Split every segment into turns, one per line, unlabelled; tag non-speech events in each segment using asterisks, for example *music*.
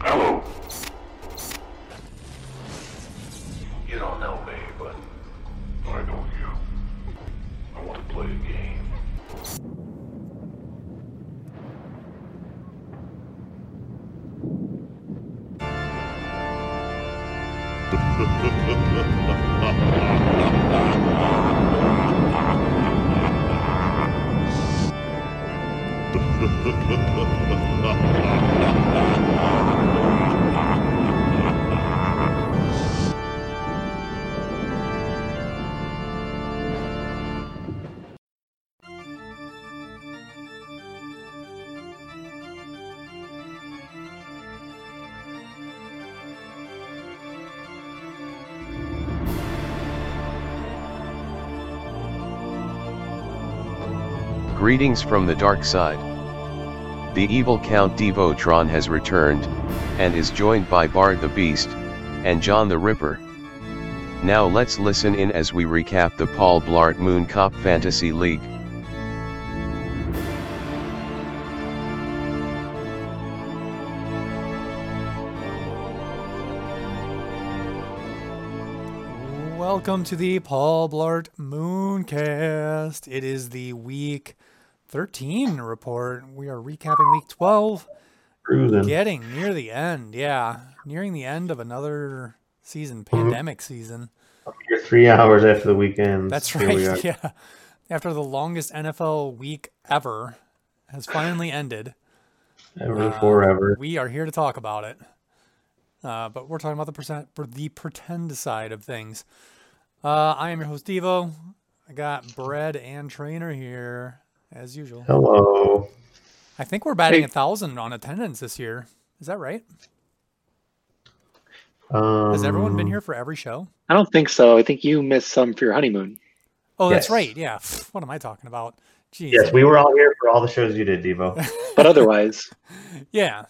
Hello. You don't know me, but I know you. I want to play a game.
Greetings from the dark side. The evil Count Devotron has returned, and is joined by Bard the Beast, and John the Ripper. Now let's listen in as we recap the Paul Blart Moon Cop Fantasy League.
Welcome to the Paul Blart Mooncast. It is the week 13 report. We are recapping week 12,
Cruising.
getting near the end. Yeah, nearing the end of another season,
Mm-hmm.
pandemic season.
You're three *laughs* hours after the weekend.
That's
Here we are.
right. *laughs* Yeah. After the longest NFL week ever has finally ended, *laughs*
Ever forever.
we are here to talk about it. Uh, but we're talking about the percent, for the pretend side of things. Uh, I am your host Devo. I got Bread and Trainer here as usual.
Hello.
I think we're batting
Hey.
a thousand on attendance this year. Is that right?
Um,
Has everyone been here for every show?
I don't think so. I think you missed some for your honeymoon.
Oh, that's
Yes.
right. Yeah. What am I talking about? Jeez.
Yes, we were all here for all the shows you
*laughs*
did, Devo.
But otherwise,
Yeah.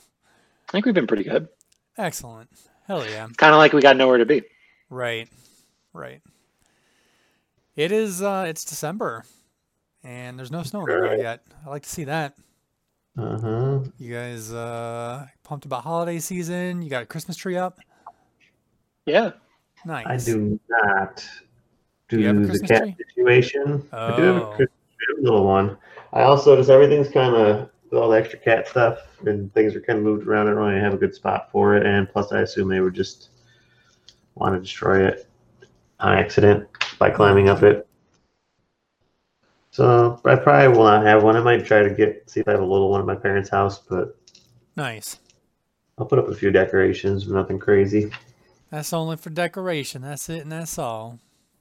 I think we've been pretty good.
Excellent. Hell yeah.
Kind of like we got nowhere to be.
Right. Right. It is uh it's December and there's no snow on the road
Right.
yet. I like to see that.
Uh huh.
You guys uh pumped about holiday season. You got a Christmas tree up?
Yeah.
Nice.
I do not do
you have a
the
Christmas
cat
tree?
situation. I do have a
Oh.
Christmas tree, a little one. I also just everything's kind of with all the extra cat stuff and things are kind of moved around. I don't really have a good spot for it, and plus, I assume they would just want to destroy it on accident by
Oh.
climbing up it. So I probably will not have one. I might try to get see if I have a little one at my parents' house, but
Nice.
I'll put up a few decorations, but nothing crazy.
That's only for decoration. That's it and that's all.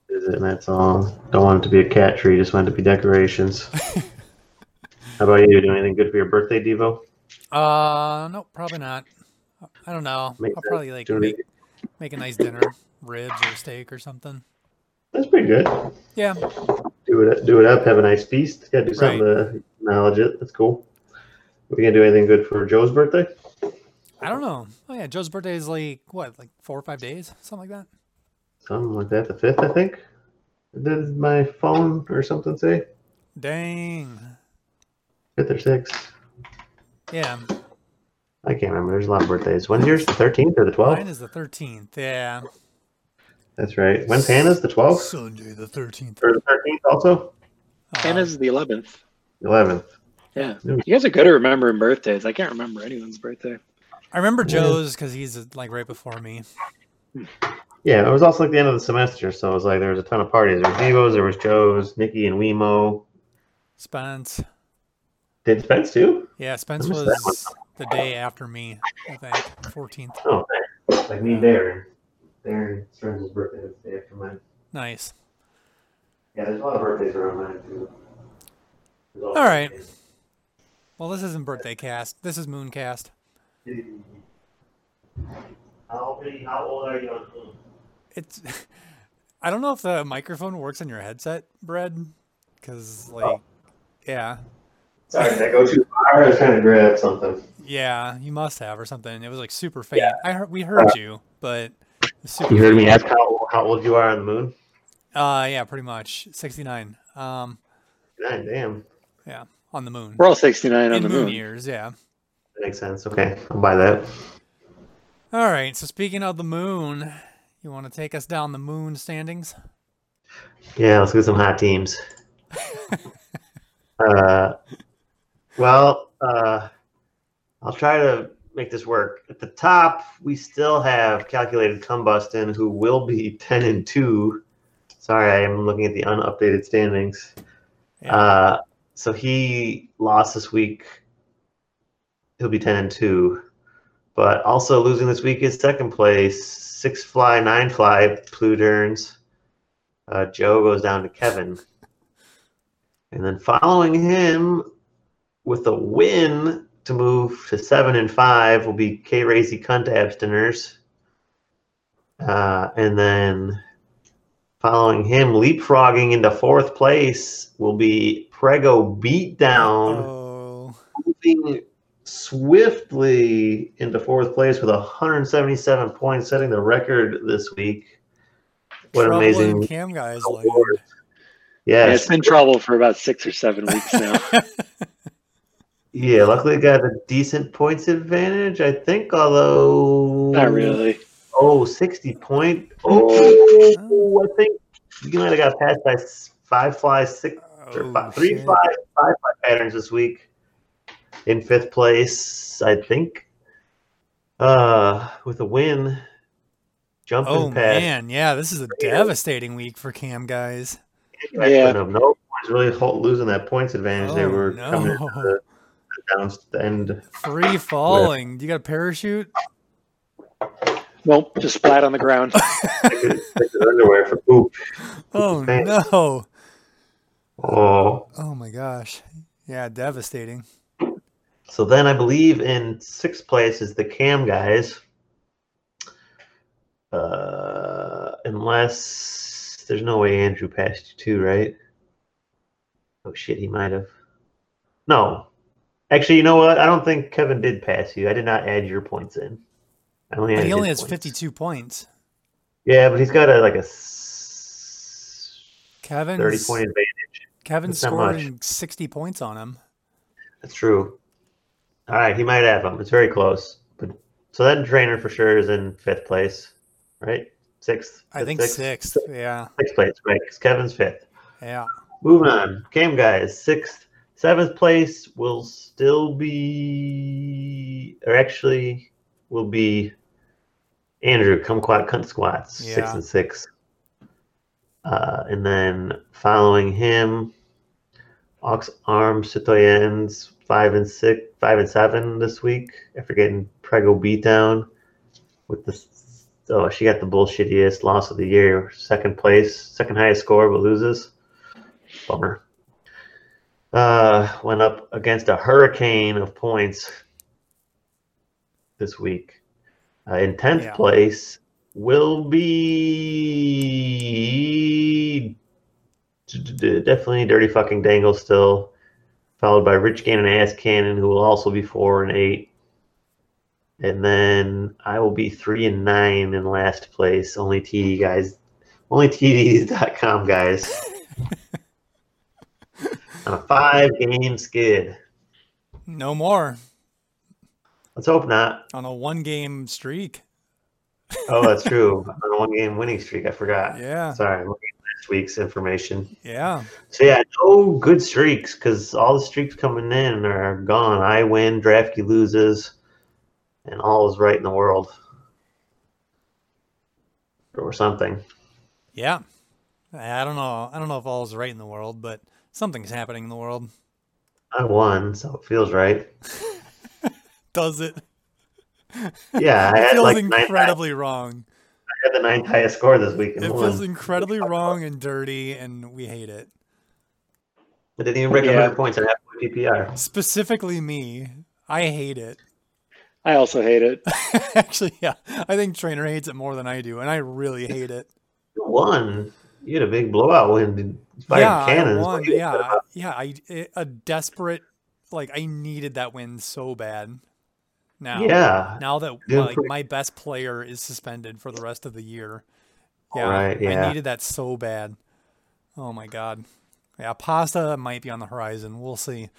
Is it? And that's all. Don't want it to be a cat tree. Just want it to
*laughs*
be decorations. How about you? Do anything good for your birthday, Devo?
Uh no, probably not. I don't know.
Make
I'll
that-
probably like
do it
make,
again.
make a nice dinner, ribs or steak or something.
That's pretty good.
Yeah.
Do it. Do it up. Have a nice feast. Got to do something to acknowledge it. That's cool. We gonna do anything good for Joe's birthday?
I don't know. Oh yeah, Joe's birthday is like what, like four or five days? Something like that?
Something like that. The fifth, I think. Did my phone or something say
Dang.
fifth or sixth?
Yeah,
I can't remember. There's a lot of birthdays. When's yours? The thirteenth or the
mine
twelfth?
is the 13th. Yeah.
That's right. When's Hannah's? The twelfth
Sunday the 13th.
or the Oh. thirteenth? Also,
Uh,
Hannah's the 11th.
eleventh.
Yeah.
Yeah.
You guys are good at remembering birthdays. I can't remember anyone's birthday.
I remember Joe's because he's uh, like right before me.
Yeah, it was also like the end of the semester, so it was like there was a ton of parties. There was Devo's, there was Joe's, Nikki and Wemo.
Spence.
Did Spence too?
Yeah, Spence
missed that
was the day after me, I think. 14th.
Oh, thanks. Like me and Darren. Darren turns his birthday the day after mine.
Nice.
Yeah, there's a lot of birthdays around mine too. There's
All right. Well, this isn't birthday cast. This is Mooncast.
How old, are you, how old are you on Zoom?
It's. *laughs* I don't know if the microphone works on your headset, Brad, because like, yeah,
Sorry, did I go too far? I was trying to grab something.
yeah, you must have or something. It was like super faint. I heard we heard you, but it was super
You heard me
faint.
ask how, how old you are on the moon?
Uh, yeah, pretty much 69. Um,
Nine, damn.
yeah, on the moon.
We're all 69 on
In
the
moon,
moon.
years, yeah.
That makes sense. Okay, I'll buy that.
All right. So speaking of the moon, you want to take us down the moon standings?
Yeah, let's get some hot teams. uh, well, uh, I'll try to make this work. At the top, we still have calculated Combustin, who will be *laughs* ten and two. Sorry, I am looking at the unupdated standings.
Yeah.
Uh, so he lost this week. He'll be ten and two, but also losing this week is second place. Six fly, nine fly, Pluterns. Uh, Joe goes down to Kevin, and then following him with a win to move to seven and five will be K. Racy Cunt Abstiners, uh, and then Following him, leapfrogging into fourth place will be Prego Beatdown,
Oh,
moving swiftly into fourth place with 177 points, setting the record this week. What
Trouble in
amazing
Cam guys. Like,
award!
Yeah,
Yes,
it's been trouble for about six or seven weeks
*laughs*
now.
yeah. Luckily, it got a decent points advantage, I think. Although
Not really.
Oh, 60
*laughs*
point. Oh, I think you might have got passed by s- five flies, six
oh,
Or fi- three
shit.
five five five patterns this week in fifth place, I think. Uh, with a win, jumping
Oh
past.
man, yeah, this is a devastating week for Cam guys.
Yeah.
No points, really ho- losing that points advantage. they
Oh,
were
no. *laughs*
coming into the, the down the end.
Free falling. You got a parachute?
Nope, just flat on the ground.
They could take their underwear for poop.
Oh
Thanks.
no.
Oh,
Oh my gosh. Yeah, devastating.
so then I believe in sixth place is the Cam guys. Uh, unless there's no way Andrew passed you too, right? Oh shit, he might have. No, actually, you know what? I don't think Kevin did pass you. I did not add your points in. I only
But
added
Oh, he only
his
has
points.
52 points.
Yeah, but he's got a like a s- thirty
Kevin's
point advantage.
Kevin
that's not much.
scoring 60 points on him.
That's true. All right, he might have him. It's very close. But so that trainer for sure is in fifth place, right? Sixth.
I
Fifth,
think
sixth,
sixth. Yeah.
sixth place, right? 'cause Kevin's fifth.
Yeah.
Moving on. Cam guys, sixth, seventh place will still be, or actually will be Andrew Kumquat Cunt Squats, six
Yeah.
and six. Uh, and then following him, Ox Arm Citoyens, five and six, five and seven this week after getting Prego beat down with the. Oh, she got the bullshittiest loss of the year. Second place, second highest score, but loses. Bummer. Uh, went up against a hurricane of points this week. Uh, in 10th
Yeah.
place will be d- d- d- definitely Dirty Fucking Dangle still, followed by Rich Gannon and Ass Cannon, who will also be 4 and 8. And then I will be 3 and 9 in last place. Only TD guys. Only TDs.com guys on a five game skid.
No more
Let's hope not.
on a one game streak.
Oh, that's true. *laughs* on a one game winning streak. I forgot.
Yeah.
Sorry, I'm looking at last week's information.
Yeah.
So, yeah, no good streaks because all the streaks coming in are gone. I win, Drafty loses, and all is right in the world. Or something.
Yeah. I don't know. I don't know if all is right in the world, but something's happening in the world.
I won, so it feels right.
*laughs* Does it?
*laughs* Yeah, I
It
had
feels
like ninth,
incredibly wrong.
I had the ninth highest score this week and
It
won.
feels incredibly wrong and dirty, and we hate it.
I didn't even break
Yeah.
100 points. I have PPR.
Specifically, me. I hate it. *laughs*
I also hate it.
Actually, yeah. I think Trainer hates it more than I do, and I really hate it.
You won. You had a big blowout win. Fired
yeah,
cannons.
I
What
won.
do you
Yeah,
think
I-
about-
yeah. I it- a desperate, like I needed that win so bad. Now,
yeah.
*laughs* now that
Yeah,
like
pretty-
my best player is suspended for the rest of the year. Yeah,
Right,
I
yeah.
needed that so bad. Oh my god. Yeah, pasta might be on the horizon. We'll see.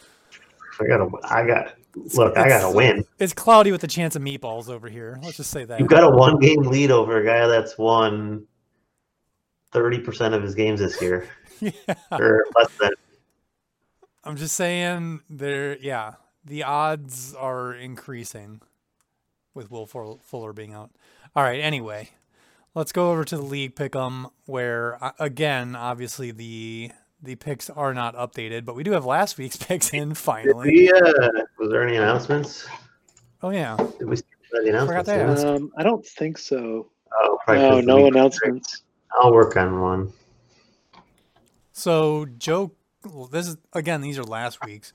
I got. A, I got Look, I gotta win.
It's cloudy with a chance of meatballs over here. Let's just say that.
You've got a one game lead over a guy that's won thirty percent of his games this year,
*laughs* yeah.
or less than.
I'm just saying there yeah, the odds are increasing with Will Full- Fuller being out. All right, anyway, let's go over to the league pick 'em where uh, again, obviously the the picks are not updated, but we do have last week's *laughs* picks in
Did
finally.
we, uh, was there any announcements?
Oh yeah.
Did we skip any
Forgot
announcements?
to ask.
Um, I don't think so.
Oh, probably
No,
'cause
no
we-
announcements.
I'll work on one.
So Joe, this is again. These are last week's.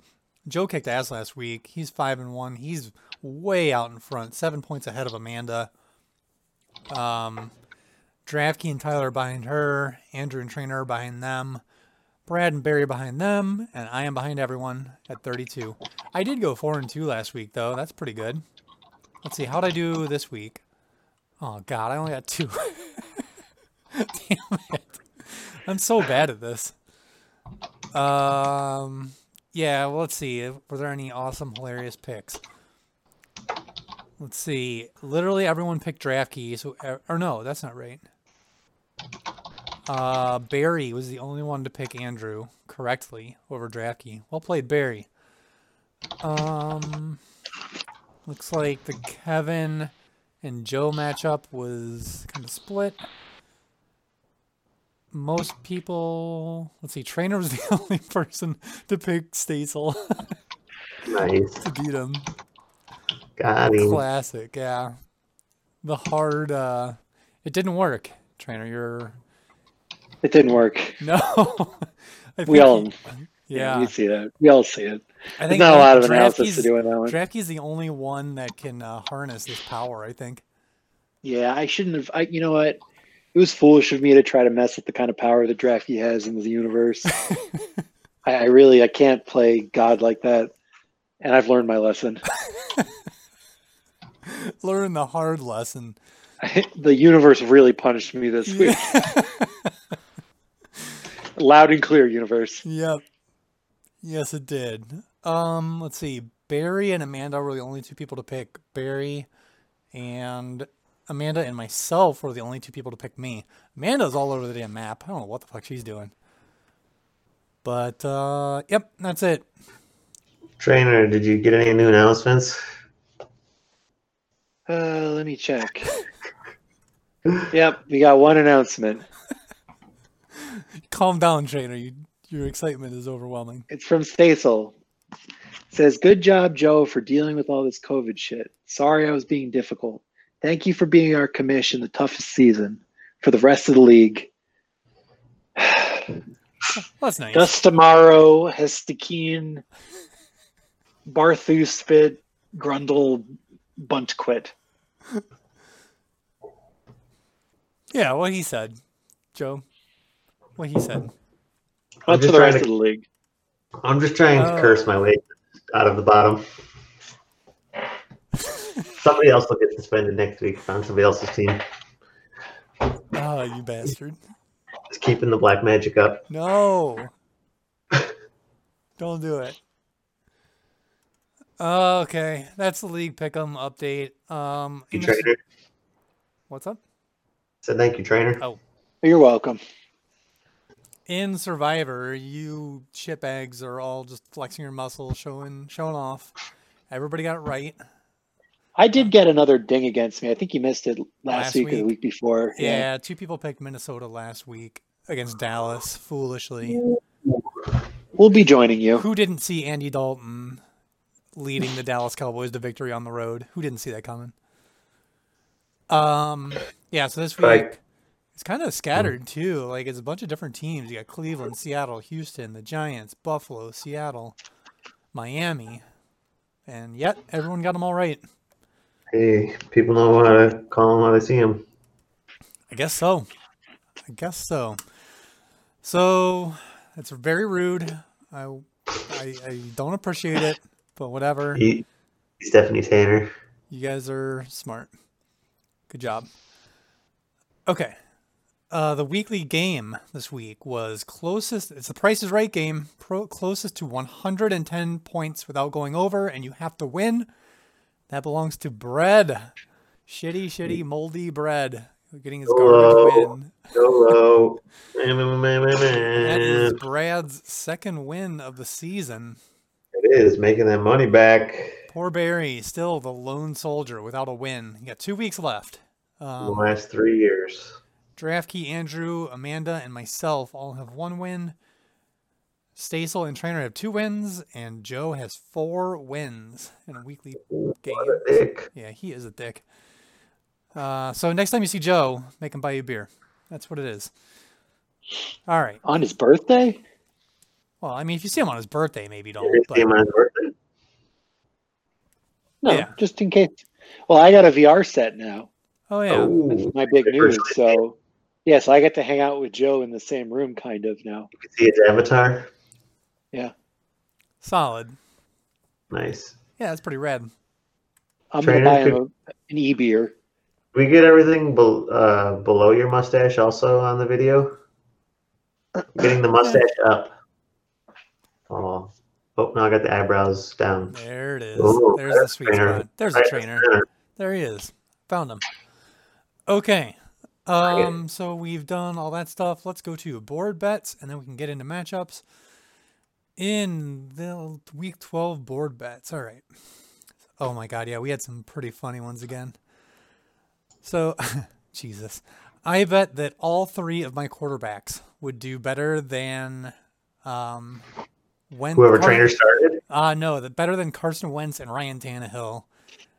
Joe kicked ass last week. He's five and one. He's way out in front, seven points ahead of Amanda. Um, Draftkey and Tyler behind her. Andrew and Trainer behind them. Brad and Barry behind them, and I am behind everyone at 32. I did go four and two last week though. That's pretty good. Let's see how'd I do this week. Oh God, I only got two. *laughs* Damn it. I'm so bad at this. Um, yeah, well, let's see. Were there any awesome, hilarious picks? Let's see. Literally everyone picked DraftKings. who- er, Or no, that's not right. Uh, Barry was the only one to pick Andrew correctly over DraftKey. Well played, Barry. Um, looks like the Kevin and Joe matchup was kind of split most people let's see trainer was *laughs* the only person to pick Stazel
Nice.
*laughs* to beat him
Got him.
classic yeah the hard uh it didn't work trainer you're *laughs*
It didn't work.
no I
We
think
all,
he-
yeah,
*laughs* yeah
we see that. We all see it.
I
There's not a lot of
Draftkey's-
analysis to do on that one.
Draftkey's the only one that can uh, harness this power I think
Yeah, I shouldn't have. I, you know what? It was foolish of me to try to mess with the kind of power that Drafty has in the universe. I, I really, I can't play God like that, and I've learned my lesson. *laughs*
learn the hard lesson
the universe really punished me this week.
*laughs*
Loud and clear, universe.
Yep. Yes, it did. Um, let's see. Barry and Amanda were the only two people to pick Barry, and Amanda and myself were the only two people to pick me. Amanda's all over the damn map. I don't know what the fuck she's doing. But uh, yep, that's it.
Trainer, did you get any new announcements?
Uh, let me check. yep, we got one announcement.
Calm down, trainer. You, your excitement is overwhelming.
It's from Stasel. It says, "Good job, Joe, for dealing with all this COVID shit. Sorry I was being difficult. Thank you for being our commission the toughest season for the rest of the league.
Well, that's nice.
Dustamaro, Hestakin, Barthu Spit, Grundle, Buntquit.
yeah, what he said, Joe. What he said.
That's
just
for the
trying
rest
to-
of the league.
I'm just trying
Oh.
to curse my way out of
*laughs*
the bottom. somebody else will get suspended next week on somebody else's team.
Oh, you bastard.
Just keeping the black magic up.
No. Don't do it. Oh, Okay, that's the league pick'em update. Um,
Thank
in
you,
the-
trainer.
what's up?
Said thank you, trainer.
Oh.
You're welcome.
In Survivor, you chip eggs are all just flexing your muscle, showing showing off. Everybody got it right.
I did get another ding against me. I think you missed it
Last
last, week, or the
week.
week before.
Yeah, two people picked Minnesota last week against Dallas foolishly.
We'll be joining you.
Who didn't see Andy Dalton leading the Dallas Cowboys to victory on the road? Who didn't see that coming? Um, yeah, so this week
Right.
it's kind of scattered too. Like it's a bunch of different teams. You got Cleveland, Seattle, Houston, the Giants, Buffalo, Seattle, Miami. And yet everyone got them all right.
Hey, people know how to call them when they see them.
I guess so. I guess so. So it's very rude. I I, I don't appreciate it, but whatever.
Stephanie Tanner.
You guys are smart. Good job. Okay. uh, the weekly game this week was closest. It's the Price is Right game, pro, closest to 110 points without going over, and you have to win. That belongs to Bread. Shitty, shitty, moldy Bread. Getting his garbage
Hello.
win.
*laughs* Hello. Man, man, man, man,
That is
man.
Brad's second win of the season.
It is making that money back
Poor Barry, still the lone soldier without a win. He got two weeks left.
in the
Um,
last three years.
DraftKey, Andrew, Amanda, and myself all have one win. Stasel and Trainer have two wins, and Joe has four wins in a weekly game.
What a dick.
Yeah, he is a dick. Uh, so next time you see Joe, make him buy you a beer. That's what it is. All right.
On his birthday?
Well, I mean, if you see him on his birthday, maybe don't.
You're gonna
oh, But
see him on his birthday?
No,
Yeah.
just in case. Well, I got a VR set now.
oh yeah,
Oh,
That's my big
Good
news.
person.
So, yeah, so I get to hang out with Joe in the same room, kind of now.
you can see his avatar.
solid.
Nice.
Yeah, that's pretty rad.
I'm going to
Trainer
buy him a, an e beer.
We get everything bel uh, below your mustache also on the video. Getting the mustache up. Oh, oh now I got the eyebrows down.
There it is.
Ooh,
There's the
Oh, that's
sweet
trainer.
spot. There's the trainer. There he is. Found him. Okay. Um, so we've done all that stuff. Let's go to board bets and then we can get into matchups. In the week 12 board bets. All right. Oh my god, yeah, we had some pretty funny ones again. So, *laughs* Jesus. I bet that all three of my quarterbacks would do better than um when
Whoever
Car-
trainer started.
Uh no, the better than Carson Wentz and Ryan Tannehill.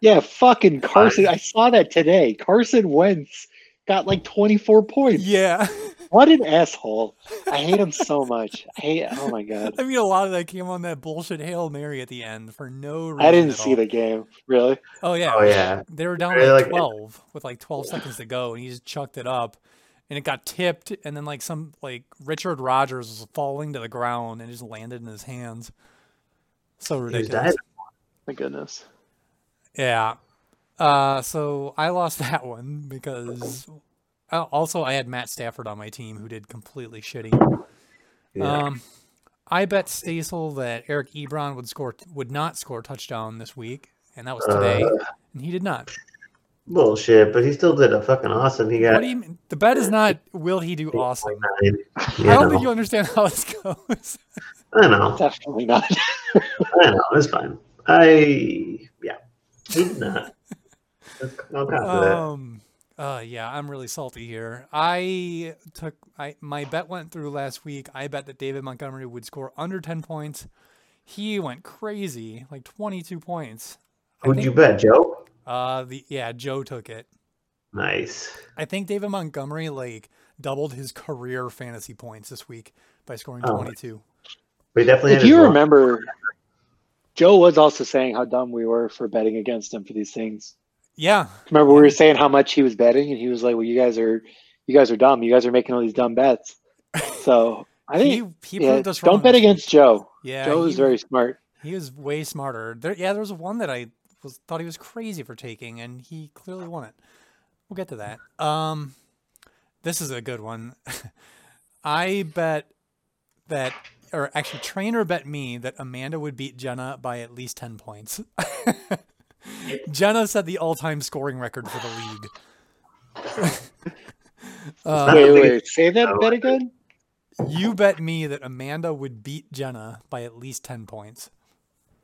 Yeah, fucking Carson. I saw that today. Carson Wentz got like 24 points.
Yeah. *laughs*
What an asshole. I hate him so much. I hate, oh
*laughs*
my God.
I mean, a lot of that came on that bullshit Hail Mary at the end for no reason.
I didn't
at
see
all.
the game. Really?
Oh, yeah.
Oh yeah.
They were down
Really,
like
like-
12 with like 12 seconds to go, and he just chucked it up. And it got tipped, and then like some like Richard Rogers was falling to the ground and just landed in his hands. So
He was
ridiculous.
diving.
My goodness.
Yeah. Uh, so I lost *laughs* that one because uh, also I had Matt Stafford on my team who did completely shitty.
Yeah.
Um, I bet Stasel that Eric Ebron would score would not score a touchdown this week, and that was today,
Uh.
and he did not.
Bullshit, but he still did a fucking awesome. He
What
got
do you mean? The bet is not will he do awesome.
8.9.
I
Yeah,
don't think you
no.
understand how this goes.
*laughs* I know.
Definitely not.
I know. It's fine. I yeah. He did not. I'll copy that.
Um. Uh. Yeah. I'm really salty here. I took. I my bet went through last week. I bet that David Montgomery would score under ten points. He went crazy, like 22 points. I
Who'd
think-
you bet, Joe?
Uh. The yeah. Joe took it.
Nice.
I think David Montgomery like doubled his career fantasy points this week by scoring
Oh.
22.
We definitely.
if
had his
you
luck.
remember, Joe was also saying how dumb we were for betting against him for these things.
Yeah.
Remember, we were saying how much he was betting, and he was like, "Well, you guys are, you guys are dumb. You guys are making all these dumb bets." So I
He,
think,
he
yeah,
proved us wrong.
don't bet
this week.
against Joe.
Yeah.
Joe is
he-
very smart.
He was way smarter. There, yeah, there was one that I was thought he was crazy for taking, and he clearly won it. We'll get to that. Um, this is a good one. *laughs* I bet that, or actually, trainer bet me that Amanda would beat Jenna by at least ten points. *laughs* Jenna set the all-time scoring record for the league. *laughs* Uh,
wait,
don't
wait,
think
wait, say that
Joe.
bet again.
you bet me that Amanda would beat Jenna by at least ten points.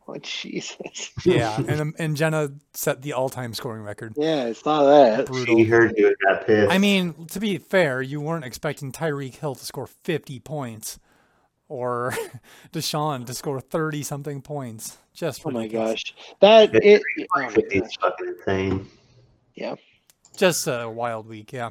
Oh Jesus! *laughs*
Yeah, and um, and Jenna set the all-time scoring record.
Yeah, I saw that.
Brutal.
She heard you and got pissed.
I mean, to be fair, you weren't expecting Tyreek Hill to score 50 points or *laughs* Deshaun to score 30 something points. Just
Oh my
ridiculous.
gosh, that
That's
it. Oh my gosh.
it's fucking insane.
*sighs*
Just a wild week, yeah.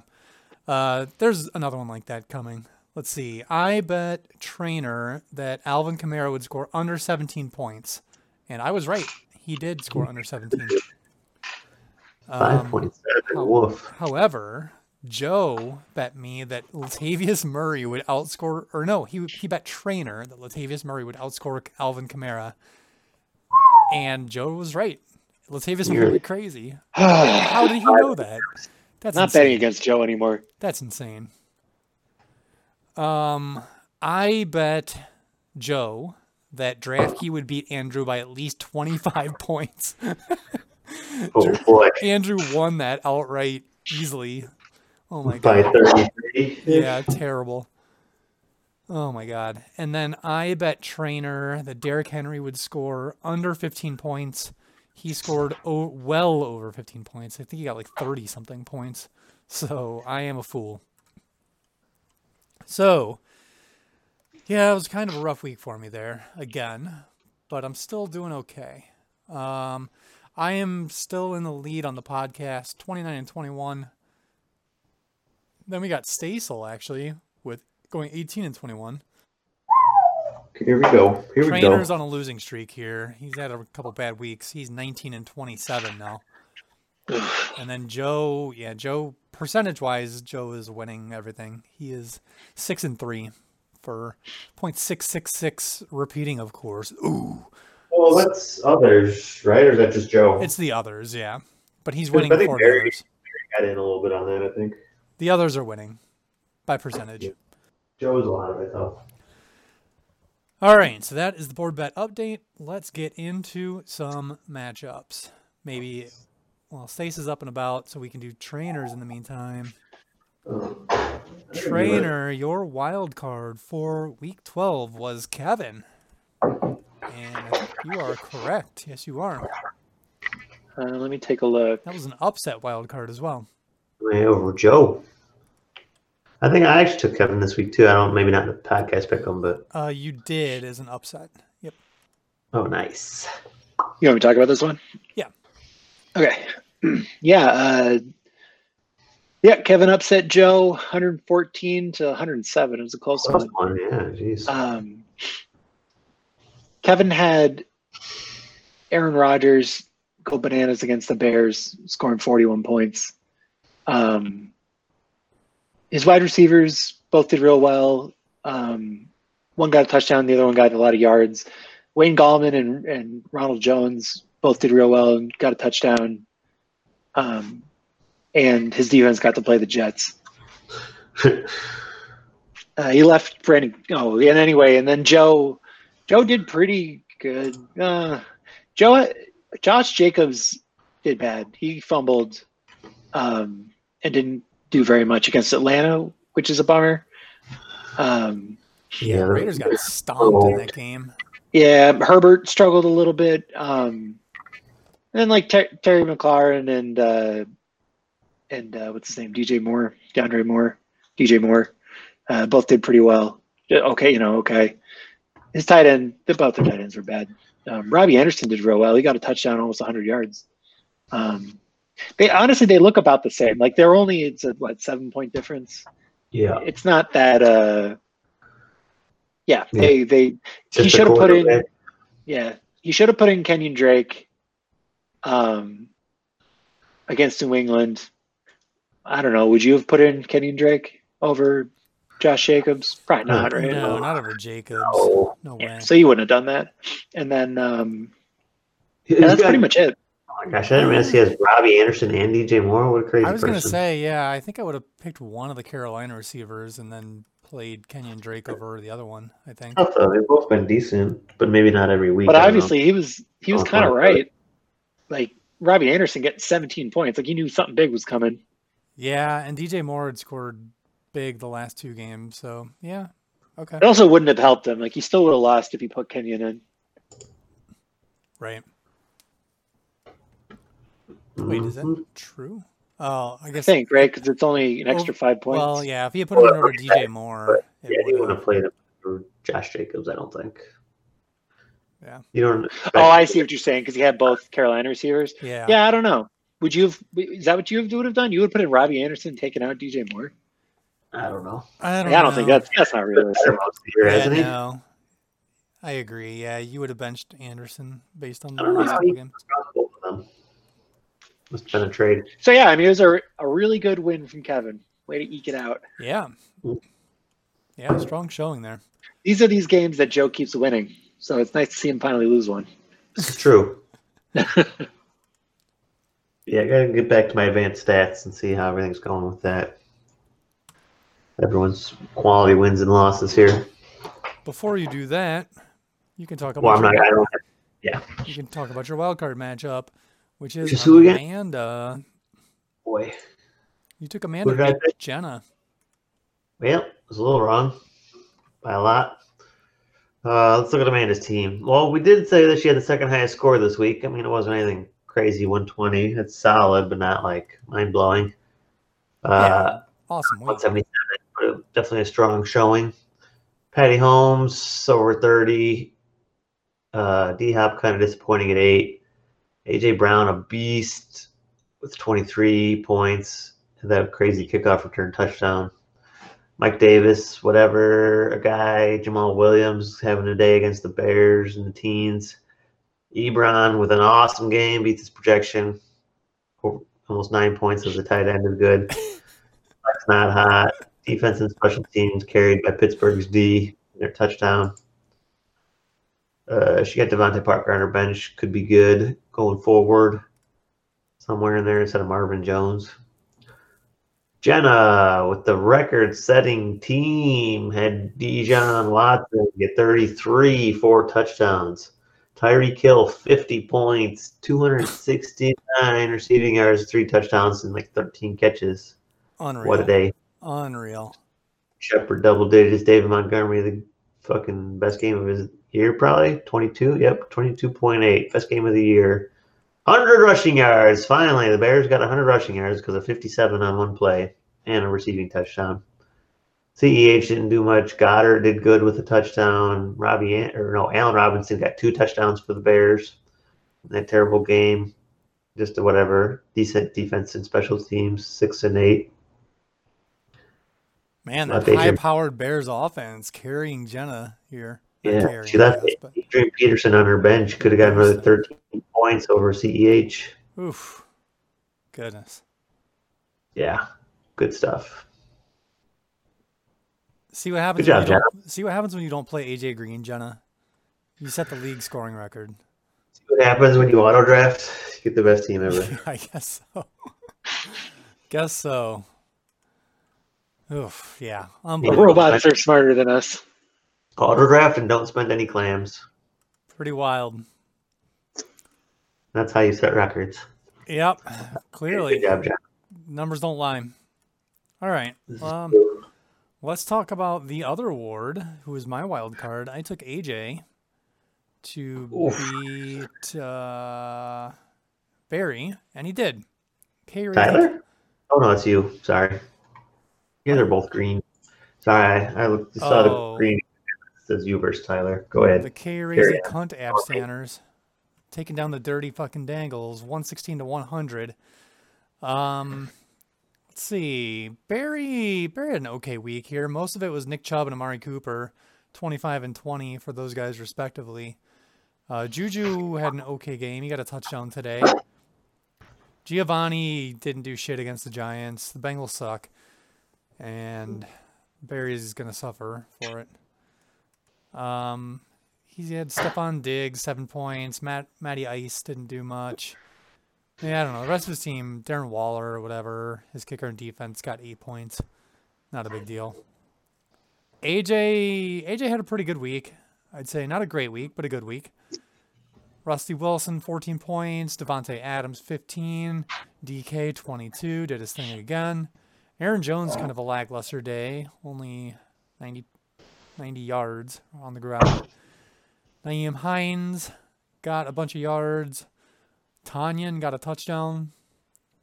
Uh, there's another one like that coming. Let's see. I bet Trainer that Alvin Kamara would score under 17 points, and I was right. He did score under 17.
Five
Um,
point
oh.
seven. Woof.
However, Joe bet me that Latavius Murray would outscore, or no, he he bet Trainer that Latavius Murray would outscore Alvin Kamara, and Joe was right. Latavius Murray
You're-
went crazy.
Not
How did he know that? That's
betting
insane.
against Joe anymore.
That's insane. Um, I bet Joe that Draftkey would beat Andrew by at least 25 *laughs* points. *laughs*
Oh boy,
Andrew won that outright easily. Oh my
by
god.
thirty-three.
Yeah, terrible. Oh my god. And then I bet Trainer that Derrick Henry would score under 15 points. He scored o- well over 15 points. I think he got like 30 something points. So I am a fool. So, yeah, it was kind of a rough week for me there again, but I'm still doing okay. Um, I am still in the lead on the podcast, 29 and 21. Then we got Stasel actually with going 18 and 21.
Here we go. Here we go.
Trainer's on a losing streak here. He's had a couple bad weeks. He's 19 and 27 now. and then Joe, yeah, Joe percentage wise, Joe is winning everything. He is six and three for 0.666 repeating, of course. Ooh,
Well, that's others, right? Or is that just Joe?
it's the others, yeah, but he's
Because
winning
I think
for the
Barry-
others.
got in a little bit on that, I think.
The others are winning by percentage.
Joe was a lot of it, though.
All right, so that is the board bet update. Let's get into some matchups. Maybe, well, Stace is up and about, so we can do trainers in the meantime.
Um,
Trainer, your wild card for week 12 was Kevin. And you are correct. Yes, you are.
Uh, let me take a look.
That was an upset wild card as well.
Way over Joe. I think I actually took Kevin this week too. I don't, maybe not in the podcast pick him, but
Uh, you did as an upset. Yep.
oh, nice.
You want me to talk about this one?
Yeah.
Okay. *clears throat* yeah. Uh, yeah. Kevin upset Joe 114 to 107. It was a close
Plus
one.
one, yeah, jeez.
Um, Kevin had Aaron Rodgers go bananas against the Bears, scoring 41 points. Um, his wide receivers both did real well. Um, one got a touchdown, the other one got a lot of yards. Wayne Gallman and, and Ronald Jones both did real well and got a touchdown. Um, and his defense got to play the Jets. Uh, he left Brandon. Oh, and anyway, and then Joe, Joe did pretty good. Uh, Joe, Josh Jacobs did bad. He fumbled, um, and didn't do very much against Atlanta, which is a bummer. Um,
yeah,
Raiders got stomped in that game.
yeah, Herbert struggled a little bit. Um, and then like Ter- Terry McLaurin and uh, and uh, what's his name, DJ Moore, DeAndre Moore, DJ Moore, uh, both did pretty well. Yeah, Okay, you know, okay. His tight end, the both their tight ends were bad. Um, Robbie Anderson did real well. He got a touchdown, almost 100 yards. Um, they honestly they look about the same. Like they're only it's a what seven point difference.
yeah.
It's not that. Uh, yeah,
Yeah.
they they
Just
he
the
should have put in
quarterback.
yeah, he should have put in Kenyon Drake um, against New England. I don't know. Would you have put in Kenyon Drake over Josh Jacobs? Probably not, right?
No, not over Jacobs.
Oh,
No way.
Yeah, so you wouldn't have done that. And then um,
He's
yeah, that's
got-
pretty much it.
Oh my gosh, I didn't realize he has Robbie Anderson and DJ Moore. What a crazy
I was
person.
gonna say, yeah, I think I would have picked one of the Carolina receivers and then played Kenyon Drake over the other one. I think.
I thought they've both been decent, but maybe not every week.
But
I don't know.
obviously, he was he was
Oh,
kind of
fine.
right. Like Robbie Anderson getting 17 points, like he knew something big was coming.
Yeah, and DJ Moore had scored big the last two games, so yeah, okay,
It also wouldn't have helped him. Like he still would have lost if he put Kenyon in.
right. Wait, is
Mhm.
that true? Oh, I
I
guess. Oh,
think right because it's only an extra five points.
Well, yeah, if he had put him in
Well,
over
okay,
DJ Moore, it
Yeah, he
would
wouldn't
have.
have played him for Josh Jacobs, I don't think.
Yeah.
You don't.
Oh, I see what you're saying because he had both Carolina receivers.
Yeah.
Yeah, I don't know. Would you have? Is that what you would have done? You would have put in Robbie Anderson, taking out DJ Moore.
I don't know.
I
I
don't,
don't, think
know.
that's that's not realistic.
Better most of the year, hasn't
yeah,
he?
no. I agree. Yeah, you would have benched Anderson based on the
I don't know
last
how
couple
he-
games.
Both of them. Must have been a trade.
So yeah, I mean it was a, a really good win from Kevin. Way to eke it out.
Yeah.
Mm.
Yeah, strong showing there.
These are these games that Joe keeps winning, so it's nice to see him finally lose one.
*laughs*
It's true. yeah, I gotta get back to my advanced stats and see how everything's going with that. Everyone's quality wins and losses here.
Before you do that, you can talk about
Well, I'm not.
your,
I don't. Have,
you can talk about your wild card matchup, which is
Which is who again?
Amanda.
boy.
You took Amanda
Who did I
and
pick?
Jenna.
Well, I was a little wrong by a lot. Uh, let's look at Amanda's team. Well, we did say that she had the second highest score this week. I mean, it wasn't anything crazy 120. It's solid, but not like mind blowing. Uh,
Awesome. week.
177, but definitely a strong showing. Patty Holmes over 30. Uh, D Hop kind of disappointing at eight. AJ Brown a beast with 23 points. and That crazy kickoff return touchdown. Mike Davis, whatever, a guy. Jamal Williams having a day against the Bears and the teens. Ebron with an awesome game beats his projection. Almost nine points as a tight end is good. That's not hot. Defense and special teams carried by Pittsburgh's D, their touchdown. Uh, she got Devontae Parker on her bench. Could be good going forward. Somewhere in there instead of Marvin Jones. Jenna with the record setting team had Dijon Watson get 33, four touchdowns. Tyree Kill, 50 points, 269 receiving yards, three touchdowns, and like 13 catches.
Unreal.
What a day.
Unreal.
Shepard double digits. David Montgomery, the fucking best game of his year, probably. 22, yep, 22.8. Best game of the year. 100 rushing yards. Finally, the Bears got 100 rushing yards because of 57 on one play and a receiving touchdown. CEH didn't do much. Goddard did good with a touchdown. Robbie, An- or no, Allen Robinson got two touchdowns for the Bears. That terrible game. Just a whatever. Decent defense and special teams, six and eight.
Man,
Left
that
Adrian-
high-powered Bears offense carrying Jenna here. Not
Yeah,
carrying,
she left
I guess, but-
Adrian Peterson on her bench. Could have gotten another 13 points over E CEH.
Oof. Goodness.
Yeah, good stuff.
See what happens.
Good
when
job,
you don't, see what happens when you don't play AJ Green, Jenna. You set the league scoring record.
See what happens when you auto draft? You get the best team
*laughs*
ever.
I guess so. guess so. Oof. Yeah.
*laughs*
The
Unbelievable.
robots are smarter than us.
auto draft and don't spend any clams.
Pretty wild.
That's how you set records.
Yep. Clearly,
Good job, John.
numbers don't lie. All right.
This is
Um,
cool.
Let's talk about the other ward, who is my wild card. I took AJ to
Oof.
beat uh, Barry, and he did. K
Tyler? Oh, no, it's you. Sorry. Yeah, they're both green. Sorry, I looked, saw
Oh.
the green. It says you versus Tyler. Go ahead.
the K Razy
yeah.
cunt abstanders taking down the dirty fucking dangles, 116 to 100. Um, let's see. Barry, Barry had an okay week here. Most of it was Nick Chubb and Amari Cooper, 25 and 20 for those guys respectively. Uh, Juju had an okay game. He got a touchdown today. Giovanni didn't do shit against the Giants. The Bengals suck. And Barry's going to suffer for it. Um, he had Stephon Diggs, seven points. Matt Matty Ice didn't do much. Yeah, I don't know. The rest of his team, Darren Waller or whatever, his kicker and defense got eight points. Not a big deal. AJ AJ had a pretty good week. I'd say not a great week, but a good week. Rusty Wilson, 14 points. Devontae Adams, 15. DK, 22. Did his thing again. Aaron Jones, kind of a lackluster day. Only 90, 90 yards on the ground. Naeem Hines got a bunch of yards. Tanyan got a touchdown.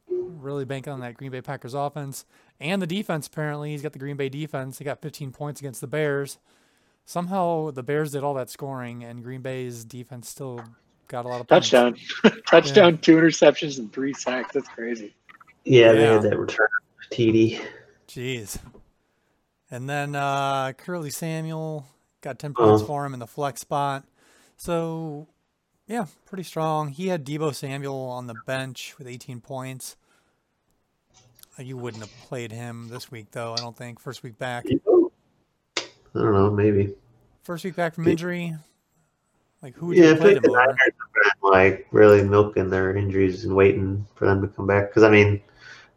Really banking on that Green Bay Packers offense. And the defense, apparently. He's got the Green Bay defense. He got 15 points against the Bears. Somehow the Bears did all that scoring, and Green Bay's defense still got a lot of points.
Touchdown. *laughs* Touchdown, two interceptions, and three sacks. That's crazy.
Yeah, they
Yeah.
had that return TD.
Jeez. And then uh, Curly Samuel got 10 points
Uh-huh.
for him in the flex spot. So, yeah, pretty strong. He had Debo Samuel on the bench with 18 points. Uh, You wouldn't have played him this week, though, I don't think. First week back.
I don't know, maybe.
First week back from injury. Like, who would you
Yeah, I
have
feel
played
like
him
the
over?
Niners have been like really milking their injuries and waiting for them to come back. Because I mean,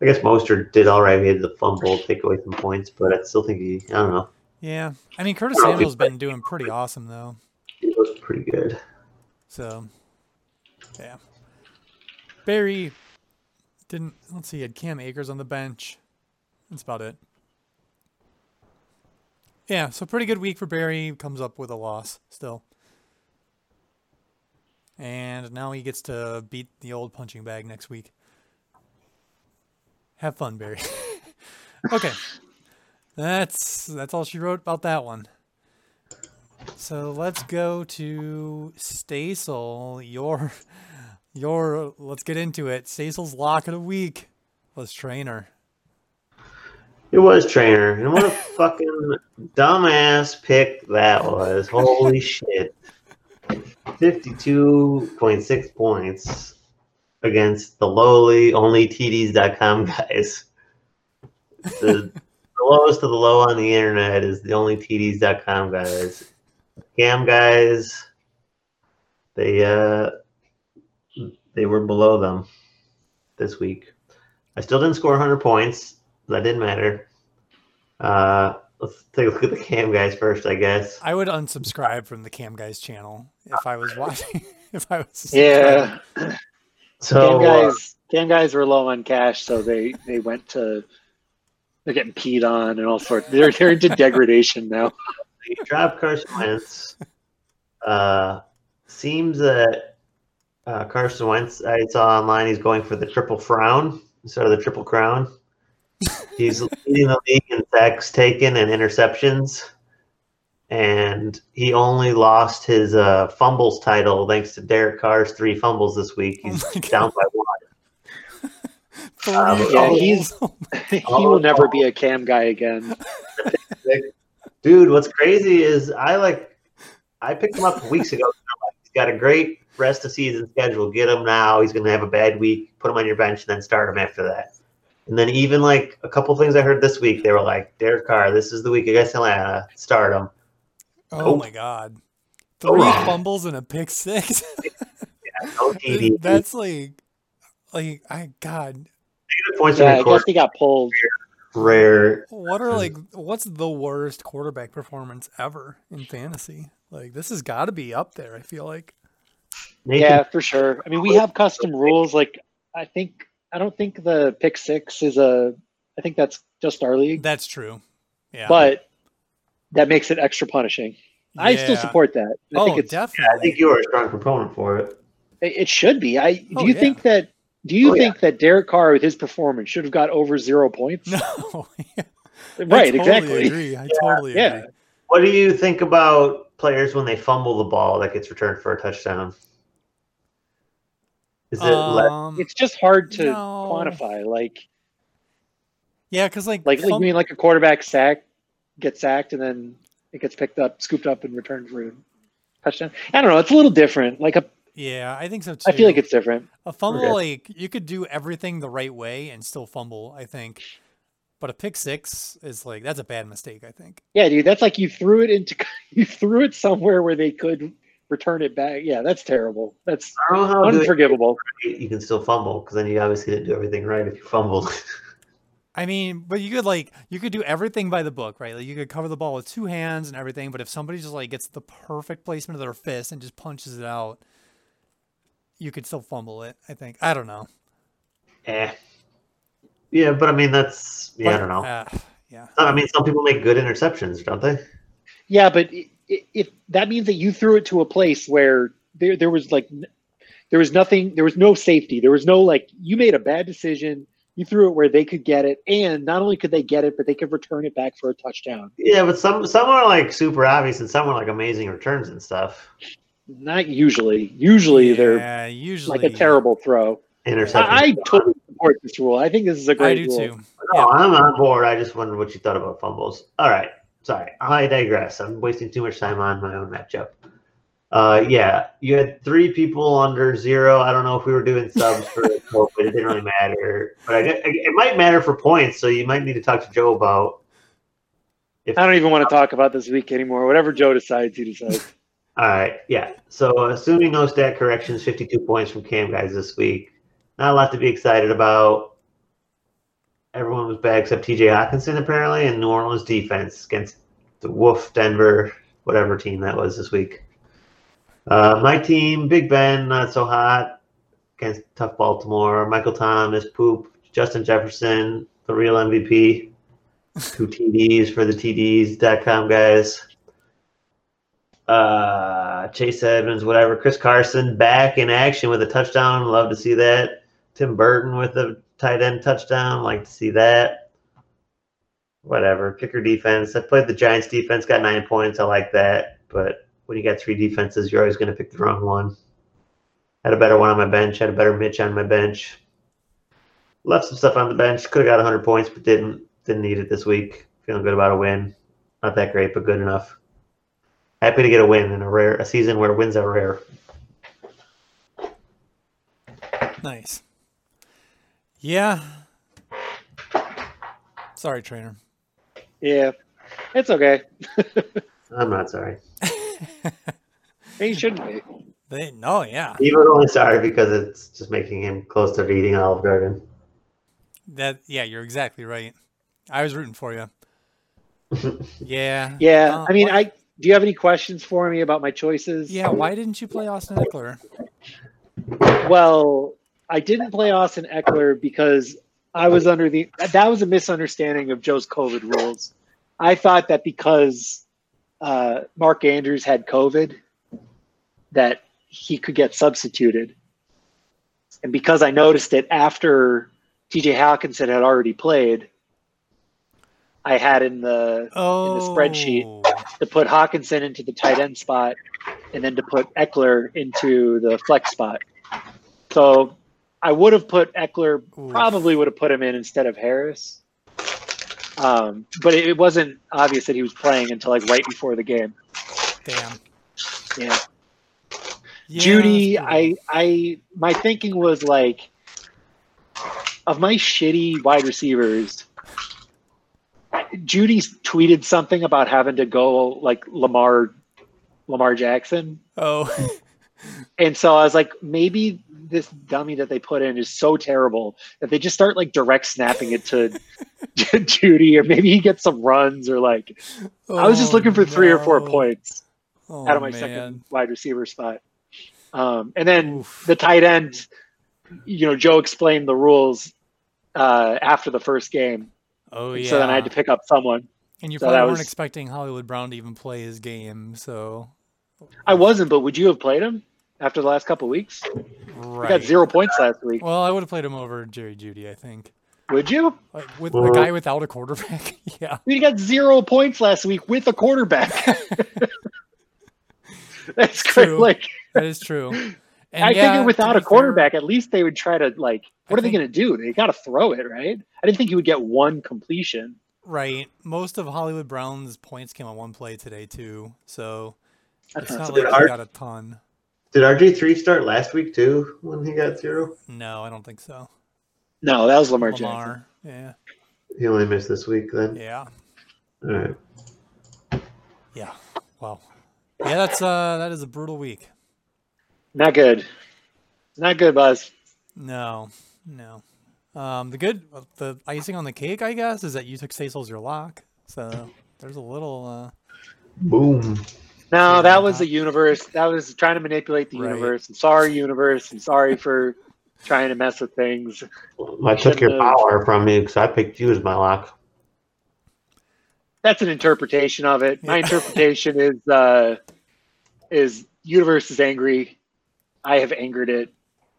I guess Mostert did all right. He had the fumble, take away some points, but I still think he. I don't know.
Yeah. I mean, Curtis
Well,
Samuel's
if-
been doing pretty awesome, though.
He looked pretty good.
So, yeah. Barry didn't. Let's see. He had Cam Akers on the bench. That's about it. Yeah. So pretty good week for Barry. Comes up with a loss still. And now he gets to beat the old punching bag next week. Have fun, Barry. *laughs* okay. That's that's all she wrote about that one. So let's go to Stasel. Your, *laughs* your. Let's get into it. Stasel's lock of the week was Trainer.
It was Trainer,
*laughs*
and what a fucking dumbass pick that was! Holy shit! Fifty-two point six points against the lowly only TDs.com guys. The, the lowest of the low on the internet is the only TDs.com guys. Cam guys, they uh, they were below them this week. I still didn't score 100 points. That didn't matter. Uh, let's take a look at the cam guys first, I guess.
I would unsubscribe from the Cam Guys channel if I was watching. *laughs* if I was.
Yeah,
So, uh,
Cam guys, Cam guys were low on cash, so they they went to they're getting peed on and all sorts. They're they're into degradation now. *laughs*
they dropped Carson Wentz. Uh, seems that uh, Carson Wentz, I saw online, he's going for the triple frown instead of the triple crown.
*laughs*
He's leading the league in sacks taken and interceptions. And he only lost his uh, fumbles title thanks to Derek Carr's three fumbles this week.
Oh
He's
my
down by one.
Three
Um, yeah,
goals.
he's- he
Oh.
will never be a Cam guy again.
Dude, what's crazy is I like I picked him up weeks ago. *laughs* He's got a great rest of season schedule. Get him now. He's gonna have a bad week. Put him on your bench and then start him after that. And then even like a couple things I heard this week, they were like, Derek Carr, this is the week against Atlanta. Start him.
oh
oh.
my God.
Oh.
Three fumbles and a pick six. *laughs*
No TD.
That's like, like I God.
Negative points
Yeah,
in
I
court.
guess he got pulled.
Rare.
What are
Mm.
like? What's the worst quarterback performance ever in fantasy? Like this has got to be up there. I feel like.
Nathan,
Yeah, for sure. I mean, we have custom rules. Like, I think I don't think the pick six is a. I think that's just our league,
That's true. Yeah.
but that makes it extra punishing. I still
Yeah.
support that. I
oh,
think it's
definitely.
I think you are a strong proponent for it.
It it should be. I do
Oh,
you
yeah.
think that do you
Oh, yeah.
think that Derek Carr with his performance should have got over zero points?
*laughs* No.
right,
I totally
exactly.
Agree. I totally agree.
yeah.
What do you think about players when they fumble the ball that gets returned for a touchdown? Is it less
Um,
It's just hard to
No.
quantify. Like
yeah, because like,
like you
fum-
mean like a quarterback sack gets sacked and then it gets picked up, scooped up and returned for a touchdown. I don't know, it's a little different. Like a,
yeah, I think so too.
I feel like it's different.
a fumble.
Okay.
Like you could do everything the right way and still fumble. I think, but a pick six is like that's a bad mistake. I think.
Yeah, dude, that's like you threw it into *laughs* you threw it somewhere where they could return it back. Yeah, that's terrible. That's
I don't know how to do it
unforgivable.
you can still fumble because then you obviously didn't do everything right if you fumbled. *laughs*
I mean, but you could like you could do everything by the book, right? Like you could cover the ball with two hands and everything, but if somebody just like gets the perfect placement of their fist and just punches it out, you could still fumble it, I think. I don't know.
eh. Yeah, but I mean that's yeah, I
But,
don't know.
uh, yeah.
I mean, some people make good interceptions, don't they?
Yeah, but i- i- if that means that you threw it to a place where there there was like n- there was nothing, there was no safety, there was no like you made a bad decision. You threw it where they could get it, and not only could they get it, but they could return it back for a touchdown.
Yeah, but some some are like super obvious and some are like amazing returns and stuff.
Not usually. Usually they're
yeah, usually
like a terrible throw.
Interceptions.
I, I totally support this rule. I think this is a
I
great
do
rule.
too.
no, Oh, I'm on board. I just wondered what you thought about fumbles. All right, sorry, I digress. I'm wasting too much time on my own matchup. Uh, yeah, you had three people under zero. I don't know if we were doing subs for COVID. It didn't really matter, but I, gue- it might matter for points. So you might need to talk to Joe about. If
I don't even want to talk about this week anymore. Whatever Joe decides,
*laughs*
he decides.
All right, yeah. So assuming no stat corrections, 52 points from Cam guys this week. Not a lot to be excited about. everyone was bad except TJ Hawkinson apparently, and New Orleans defense against the Wolf Denver whatever team that was this week. Uh, my team, Big Ben, not so hot against tough Baltimore. Michael Thomas, poop. Justin Jefferson, the real MVP. Two TDs for the TDs.com guys. Uh, Chase Edmonds, whatever. Chris Carson back in action with a touchdown. Love to see that. Tim Burton with a tight end touchdown. Like to see that. Whatever. Picker defense. I played the Giants defense, got nine points. I like that. But when you got three defenses, you're always going to pick the wrong one. Had a better one on my bench. Had a better Mitch on my bench. Left some stuff on the bench. Could have got 100 points, but didn't. Didn't need it this week. Feeling good about a win. Not that great, but good enough. Happy to get a win in a rare a season where wins are rare.
Nice. Yeah. Sorry, trainer.
Yeah, it's okay.
I'm not sorry.
And you shouldn't be.
They no, yeah.
Even only sorry because it's just making him closer to eating Olive Garden.
That yeah, you're exactly right. I was rooting for
*laughs*
you. yeah.
Yeah,
Uh,
I mean,
why-
I do you have any questions for me about my choices?
yeah. Why didn't you play Austin Eckler?
Well, I didn't play Austin Eckler because I was under the that was a misunderstanding of Joe's COVID rules. I thought that because uh, Mark Andrews had COVID, that he could get substituted, and because I noticed it after T.J. Hawkinson had already played, I had in the
Oh,
spreadsheet. to put Hawkinson into the tight end spot and then to put Eckler into the flex spot. So I would have put Eckler,
Oof.
probably would have put him in instead of Harris. Um, but it, it wasn't obvious that he was playing until like right before the game.
Damn.
Yeah.
Yeah,
Judy,
that's brutal.
I, I, my thinking was like, of my shitty wide receivers, Judy tweeted something about having to go like Lamar, Lamar Jackson,
Oh,
and so I was like, maybe this dummy that they put in is so terrible that they just start like direct snapping it
*laughs*
to *laughs* Judy, or maybe he gets some runs, or like I was just
Oh,
looking for three or four
no.
points
Oh,
out of my
man.
second wide receiver spot. Um, and then
Oof.
the tight end, you know, Joe explained the rules uh, after the first game.
Oh yeah.
So then I had to pick up someone.
and you
so
probably
that
weren't
was-
expecting Hollywood Brown to even play his game, so
I wasn't, but would you have played him after the last couple weeks?
right.
You got zero points last week.
Well, I would have played him over Jerry Judy, I think.
Would you?
Like with a
Well-
guy without a quarterback. *laughs* yeah.
You got zero points last week with
*laughs*
a quarterback. *laughs* That's great.
True.
Like
That is
*laughs*
true. And
I
yeah,
figured
to
without
be
a quarterback, at least they would try to like.
I
What are they going to do? They got to throw it, right? I didn't think you would get one completion.
fair, right. Most of Hollywood Brown's points came on one play today too, so
That's
it's not
so
like
good.
he
hard.
got a ton.
Did RG three start last week too when he got zero?
No, I don't think so.
No, that was Lamar, Jackson.
Lamar, yeah,
He only missed this week then.
yeah,
All right.
yeah. Wow. Yeah, that's uh, that is a brutal week.
Not good. Not good, Buzz.
No, no. Um, the good, the icing on the cake, I guess, is that you took Stacel's your lock. So there's a little. Uh,
Boom.
No,
Yeah,
that was the
not-
universe. That was trying to manipulate the
Right.
universe. I'm sorry, universe. I'm sorry for trying to mess with things.
I took your
Shouldn't have.
power from you because I picked you as my lock.
That's an interpretation of it. My
Yeah.
interpretation is uh, is universe is angry. I have angered it.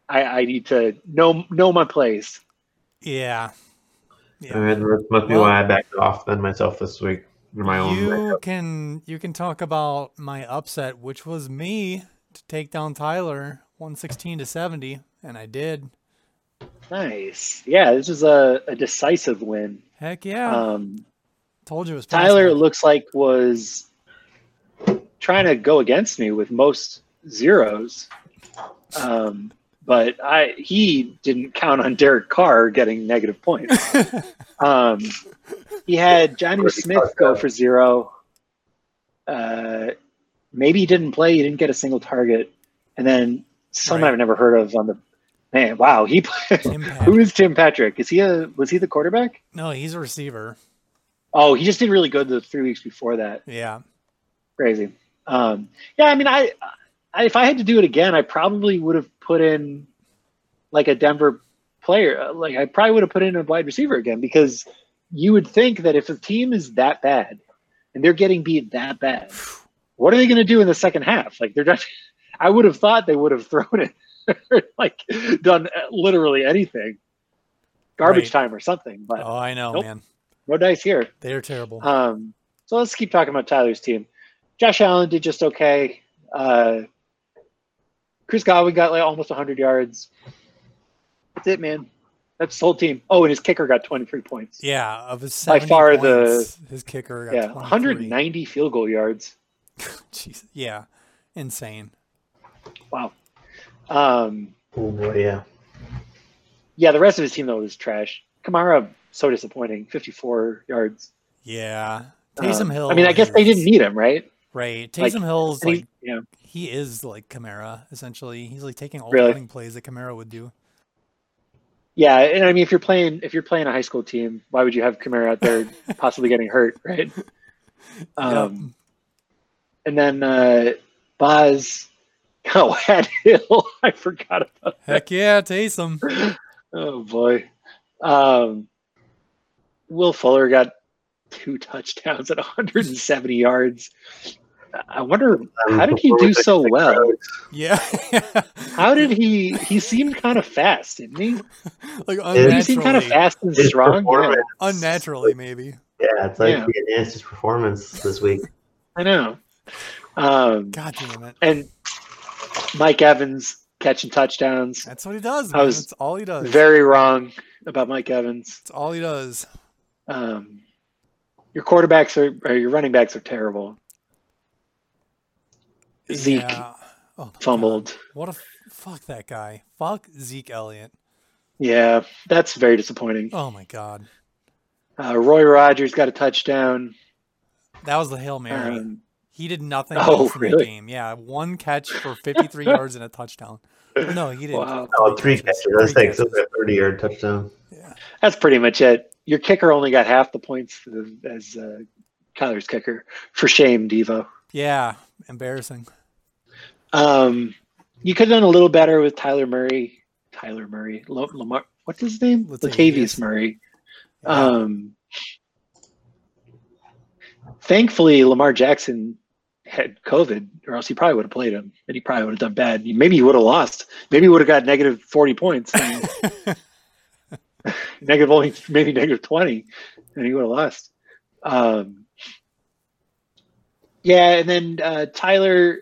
I, I need to know know my place.
yeah.
All right, that must be
Well-
why I backed off then myself this week. for My own.
You can you can talk about my upset, which was me to take down Tyler one sixteen to seventy, and I did.
Nice. Yeah, this is a, a decisive win.
Heck yeah!
Um,
Told you it was
Tyler it
possible.
looks like was trying to go against me with most zeros, um, but I he didn't count on Derek Carr getting negative points. um, he had Johnny
Pretty
Smith
tough,
go
yeah.
for zero. Uh, maybe he didn't play. He didn't get a single target, and then someone
Right.
I've never heard of on the Man, wow. He played,
Tim
*laughs* who
Patrick.
is Tim Patrick? Is he a was he the quarterback?
No, he's a receiver.
Oh, he just did really good the three weeks before that.
Yeah.
Crazy. Um, yeah, I mean, I, I if I had to do it again, I probably would have put in like a Denver player. Uh, Like I probably would have put in a wide receiver again because you would think that if a team is that bad and they're getting beat that bad, what are they going to do in the second half? Like they're just, *laughs* I would have thought they would have *laughs* thrown it, or, like done uh, literally anything, garbage
Right.
time or something. But
Oh, I know,
Nope.
man.
no dice here.
They are terrible.
Um, so let's keep talking about Tyler's team. Josh Allen did just okay. Uh, Chris Godwin got like almost 100 yards. That's it, man. That's his whole team. Oh, and his kicker got 23 points.
yeah, of his 70
by far the-
points, his kicker got
yeah
23.
190 field goal yards.
*laughs* Jeez. Yeah. Insane.
Wow. Um,
Oh boy, yeah.
yeah, the rest of his team though was trash. Kamara so disappointing. 54 yards.
Yeah.
Um,
Taysom Hill.
I mean, I guess they
is-
didn't need him, right?
Right.
like,
Taysom Hill's
And he-
like
yeah.
he is like Kamara essentially. He's like taking all
Really?
the running plays that Kamara would do.
Yeah, and I mean, if you're playing, if you're playing a high school team, why would you have Kamara out there possibly getting hurt, right? Um, And then uh, Boz, oh, Hat Hill, *laughs* I forgot about.
Yep. Heck yeah, Taysom. *laughs*
Oh boy, um, Will Fuller got two touchdowns at 170 yards. I wonder how did he do so well.
Yeah.
*laughs* How did he? He seemed kind of fast, didn't he?
*laughs* like
He seemed kind of
unnaturally,
fast and
His
strong. Yeah,
performance-
unnaturally maybe.
Yeah, it's like
Yeah.
he enhanced his performance this week.
I know. Um,
God damn it.
and Mike Evans catching touchdowns.
That's what he does.
I
Man.
was
That's all he does.
Very wrong about Mike Evans.
That's all he does.
Um, your quarterbacks are or your running backs are terrible. Zeke
Yeah. Oh, my God.
fumbled.
What a f- fuck that guy. Fuck Zeke Elliott.
Yeah, that's very disappointing.
Oh my god.
Uh, Roy Rogers got a touchdown.
That was the Hail Mary.
Um,
he did nothing
*laughs* Oh,
else in the
really?
game. Yeah, one catch for 53 yards and a touchdown. Or No, he didn't.
Wow.
Oh, three catches. I was
Three
saying, so
catches.
a 30 yard touchdown.
that's pretty much it. Your kicker only got half the points as uh, Kyler's kicker. For shame, Devo.
Yeah, embarrassing.
Um, you could have done a little better with Tyler Murray. Tyler Murray. Lo- Lamar. What's his name?
Latavius.
Latavius Murray.
Yeah.
Um, thankfully, Lamar Jackson had COVID, or else he probably would have played him, and he probably would have done bad. Maybe he would have lost. Maybe he would have got negative forty points, and negative only maybe negative twenty, and he would have lost. Um, yeah, and then uh, Tyler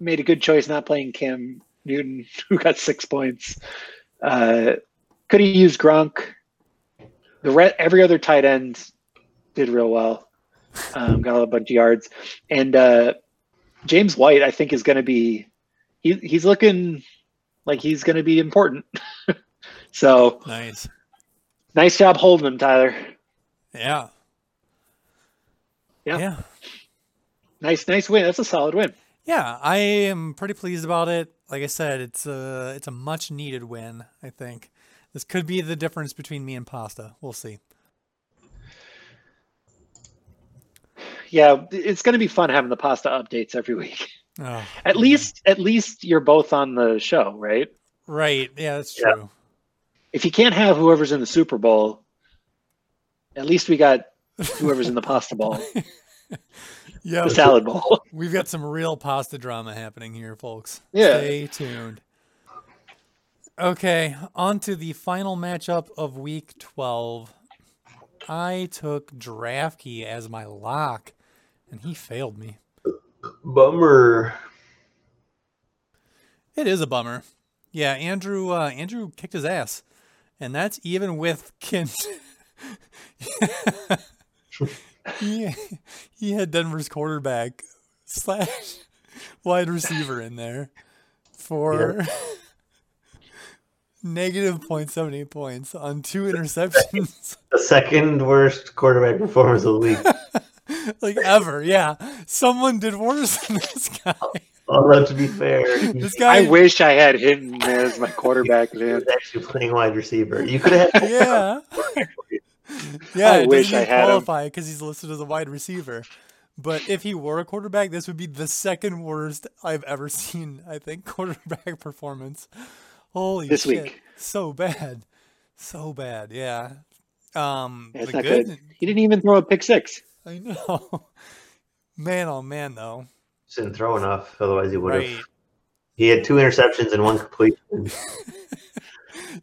made a good choice not playing Cam Newton, *laughs* who got six points. Uh, could he use Gronk? The re- every other tight end did real well. Um, got a bunch of yards, and uh, James White, I think, is going to be. He, he's looking like he's going to be important. *laughs* so
nice.
nice job holding him, Tyler.
Yeah.
Yeah.
Yeah.
Nice, nice win. That's a solid win.
Yeah, I am pretty pleased about it. Like I said, it's a it's a much needed win. I think this could be the difference between me and pasta. We'll see.
Yeah, it's going to be fun having the pasta updates every week.
Oh,
At least, at least you're both on the show, right?
right? Yeah, that's
Yeah.
true.
if you can't have whoever's in the Super Bowl, at least we got whoever's in the pasta bowl,
Yeah,
the salad bowl.
we've got some real pasta drama happening here, folks.
Yeah.
Stay tuned. Okay, on to the final matchup of week 12. I took Draftkey as my lock, and he failed me.
Bummer.
It is a bummer. Yeah, Andrew uh, Andrew kicked his ass, and that's even with Kin. *laughs* he, he had Denver's quarterback slash wide receiver in there for *laughs* negative point seventy points on two interceptions, *laughs*
The second worst quarterback performance of the week.
like ever. Yeah, someone did worse than this guy.
Although to be fair, he
This
was
guy.
I wish I had him as my quarterback, man.
actually playing wide receiver. You could have had
*laughs*
yeah. *laughs* yeah,
I
it
wish
doesn't
I had him.
qualify because he's listed as a wide receiver. But if he were a quarterback, this would be the second worst I've ever seen. I think *laughs* quarterback performance. Holy
This
shit.
week.
so bad, so bad. Yeah. Um,
Yeah, it's
the
not good. He didn't even throw a pick six.
*laughs* I know. Man, oh man, though.
just didn't throw enough. Otherwise, he would have.
Right.
He had two interceptions and one completion.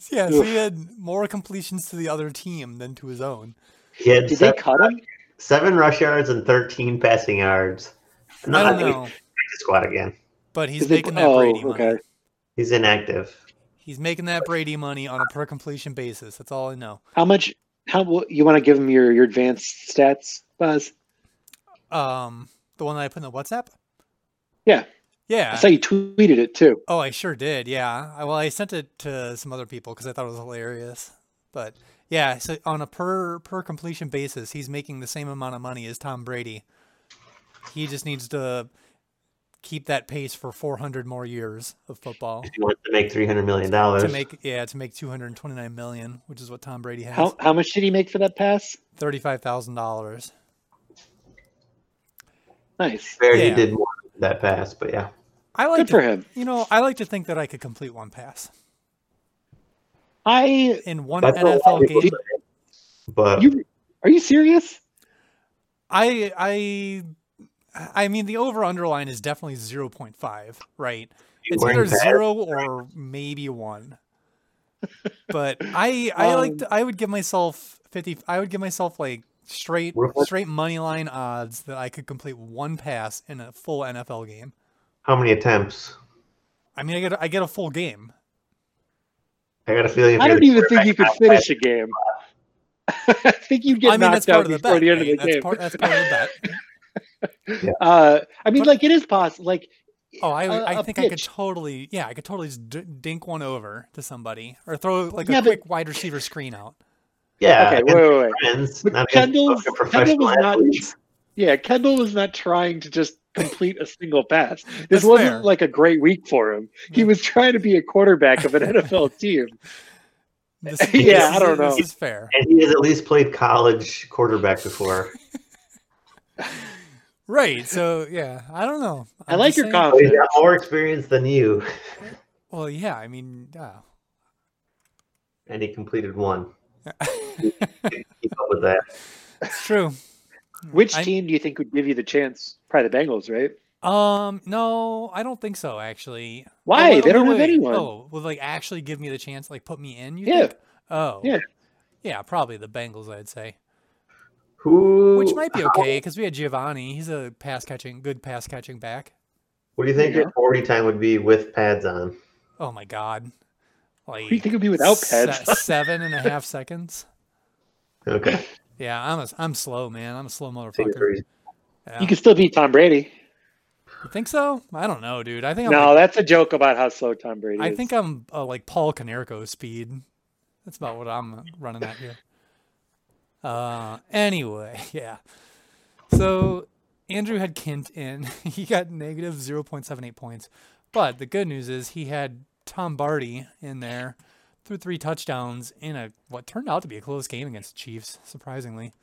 Yeah, so he
Oof.
had more completions to the other team than to his own.
He had
Did they
seven,
cut him?
seven rush yards and thirteen passing yards. No,
I
I
don't
think he's
know,
practice squad again.
but he's
Did they-
making that
oh,
Brady money.
okay.
He's inactive.
He's making that Brady money on a per completion basis. That's all I know.
How much? How wh- you want to give him your your advanced stats, Buzz?
Um, the one that I put in the WhatsApp.
Yeah. I
Yeah.
saw you tweeted it too.
oh, I sure did. Yeah. I, well, I sent it to some other people because I thought it was hilarious. But yeah, so on a per per completion basis, he's making the same amount of money as Tom Brady. He just needs to keep that pace for 400 more years of football
If he wants to make three hundred million
to
dollars,
make yeah to make 229 million, which is what Tom Brady has.
How how much did he make for that pass?
Thirty-five thousand dollars.
Nice.
fair he
Yeah.
did more with that pass. But yeah,
I like
Good
to,
for him.
You know, I like to think that I could complete one pass
I
in one
that's what a lot
NFL
of people
game.
say. But
you are you serious?
I I I mean the over underline is definitely 0.5, right? It's
wearing
either
pads?
0 or maybe 1. But I I like
Um,
to, I would give myself 50 I would give myself like straight
We're- we're-
straight money line odds that I could complete one pass in a full NFL game.
how many attempts?
I mean I get I get a full game.
I got a feeling. If
I
you're
don't
the
even think you could
quarterback,
finish a game. *laughs* I think you'd get
I mean that's
knocked out
part of the
before
bet.
the end of
right?
the
that's
game.
part that's part of the bet.
Uh, I mean,
But-
like it is possible. Like,
Oh, I,
a-
I
a
think I could
pitch.
totally, yeah, I could totally just d- dink one over to somebody or throw like
Yeah,
a
but-
quick wide receiver screen out.
Yeah.
okay,
against
wait, wait, wait.
friends,
But
not against fucking
Kendall's, Kendall
professional
was not.
athletes.
Yeah, Kendall was not trying to just complete a single
*laughs*
pass. This
That's
wasn't
fair. Hmm.
like a great week for him. He
Yeah.
was trying to be a quarterback
*laughs*
of an NFL team. *laughs*
This,
Yeah,
this
I
is-
don't know.
This is fair,
And he has at least played college quarterback before.
right? So yeah, I don't know.
I
I'm
like
just
your
saying-
So he's
confidence.
got more experience than you,
Well, yeah, I mean, yeah.
and he completed
*laughs*
one. Keep up with that.
it's true.
Which
I-
team do you think would give you the chance? Probably the Bengals, right?
Um, no, I don't think so. Actually, Oh,
Why?
wait,
they
oh,
don't
wait,
have
wait.
anyone.
Oh, will like actually give me the chance, like put me in? You
Yeah.
Think? Oh.
Yeah.
Yeah, probably the Bengals. I'd say.
Who?
Which might be okay because we had Giovanni. He's a pass catching, good pass catching back.
What do you think
Yeah.
your forty time would be with pads on?
Oh my god! Like
Who do you think would be without
se-
*laughs* pads?
*laughs* seven and a half seconds.
*laughs*
Okay.
Yeah, I'm a, I'm slow, man. I'm a slow
Take it
motherfucker.
for-
Yeah.
You could still beat Tom Brady.
You think so? I don't know, dude. I think I'm.
No,
like,
that's a joke about how slow Tom Brady
I
is.
think I'm uh, like Paul Canerco speed. That's about what I'm running at here. Uh, anyway, *laughs* yeah. So Andrew had Kint in. *laughs* He got negative 0.78 points. But the good news is he had Tom Barty in there, threw three touchdowns in a what turned out to be a close game against the Chiefs, surprisingly.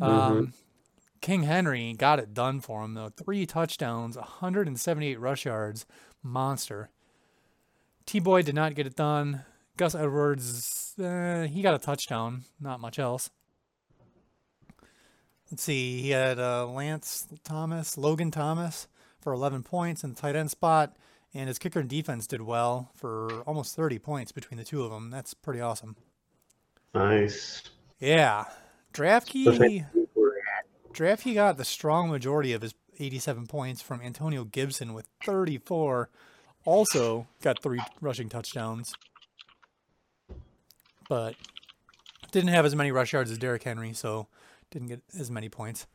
Um, King Henry got it done for him though. Three touchdowns, 178 rush yards, monster. T Boy did not get it done. Gus Edwards, uh, he got a touchdown, not much else. Let's see, he had uh, Lance Thomas, Logan Thomas for 11 points in the tight end spot, and his kicker and defense did well for almost 30 points between the two of them. That's pretty awesome.
Nice.
Yeah, DraftKey,
Okay.
DraftKey got the strong majority of his 87 points from Antonio Gibson with 34. Also got three rushing touchdowns, but didn't have as many rush yards as Derrick Henry, so didn't get as many points.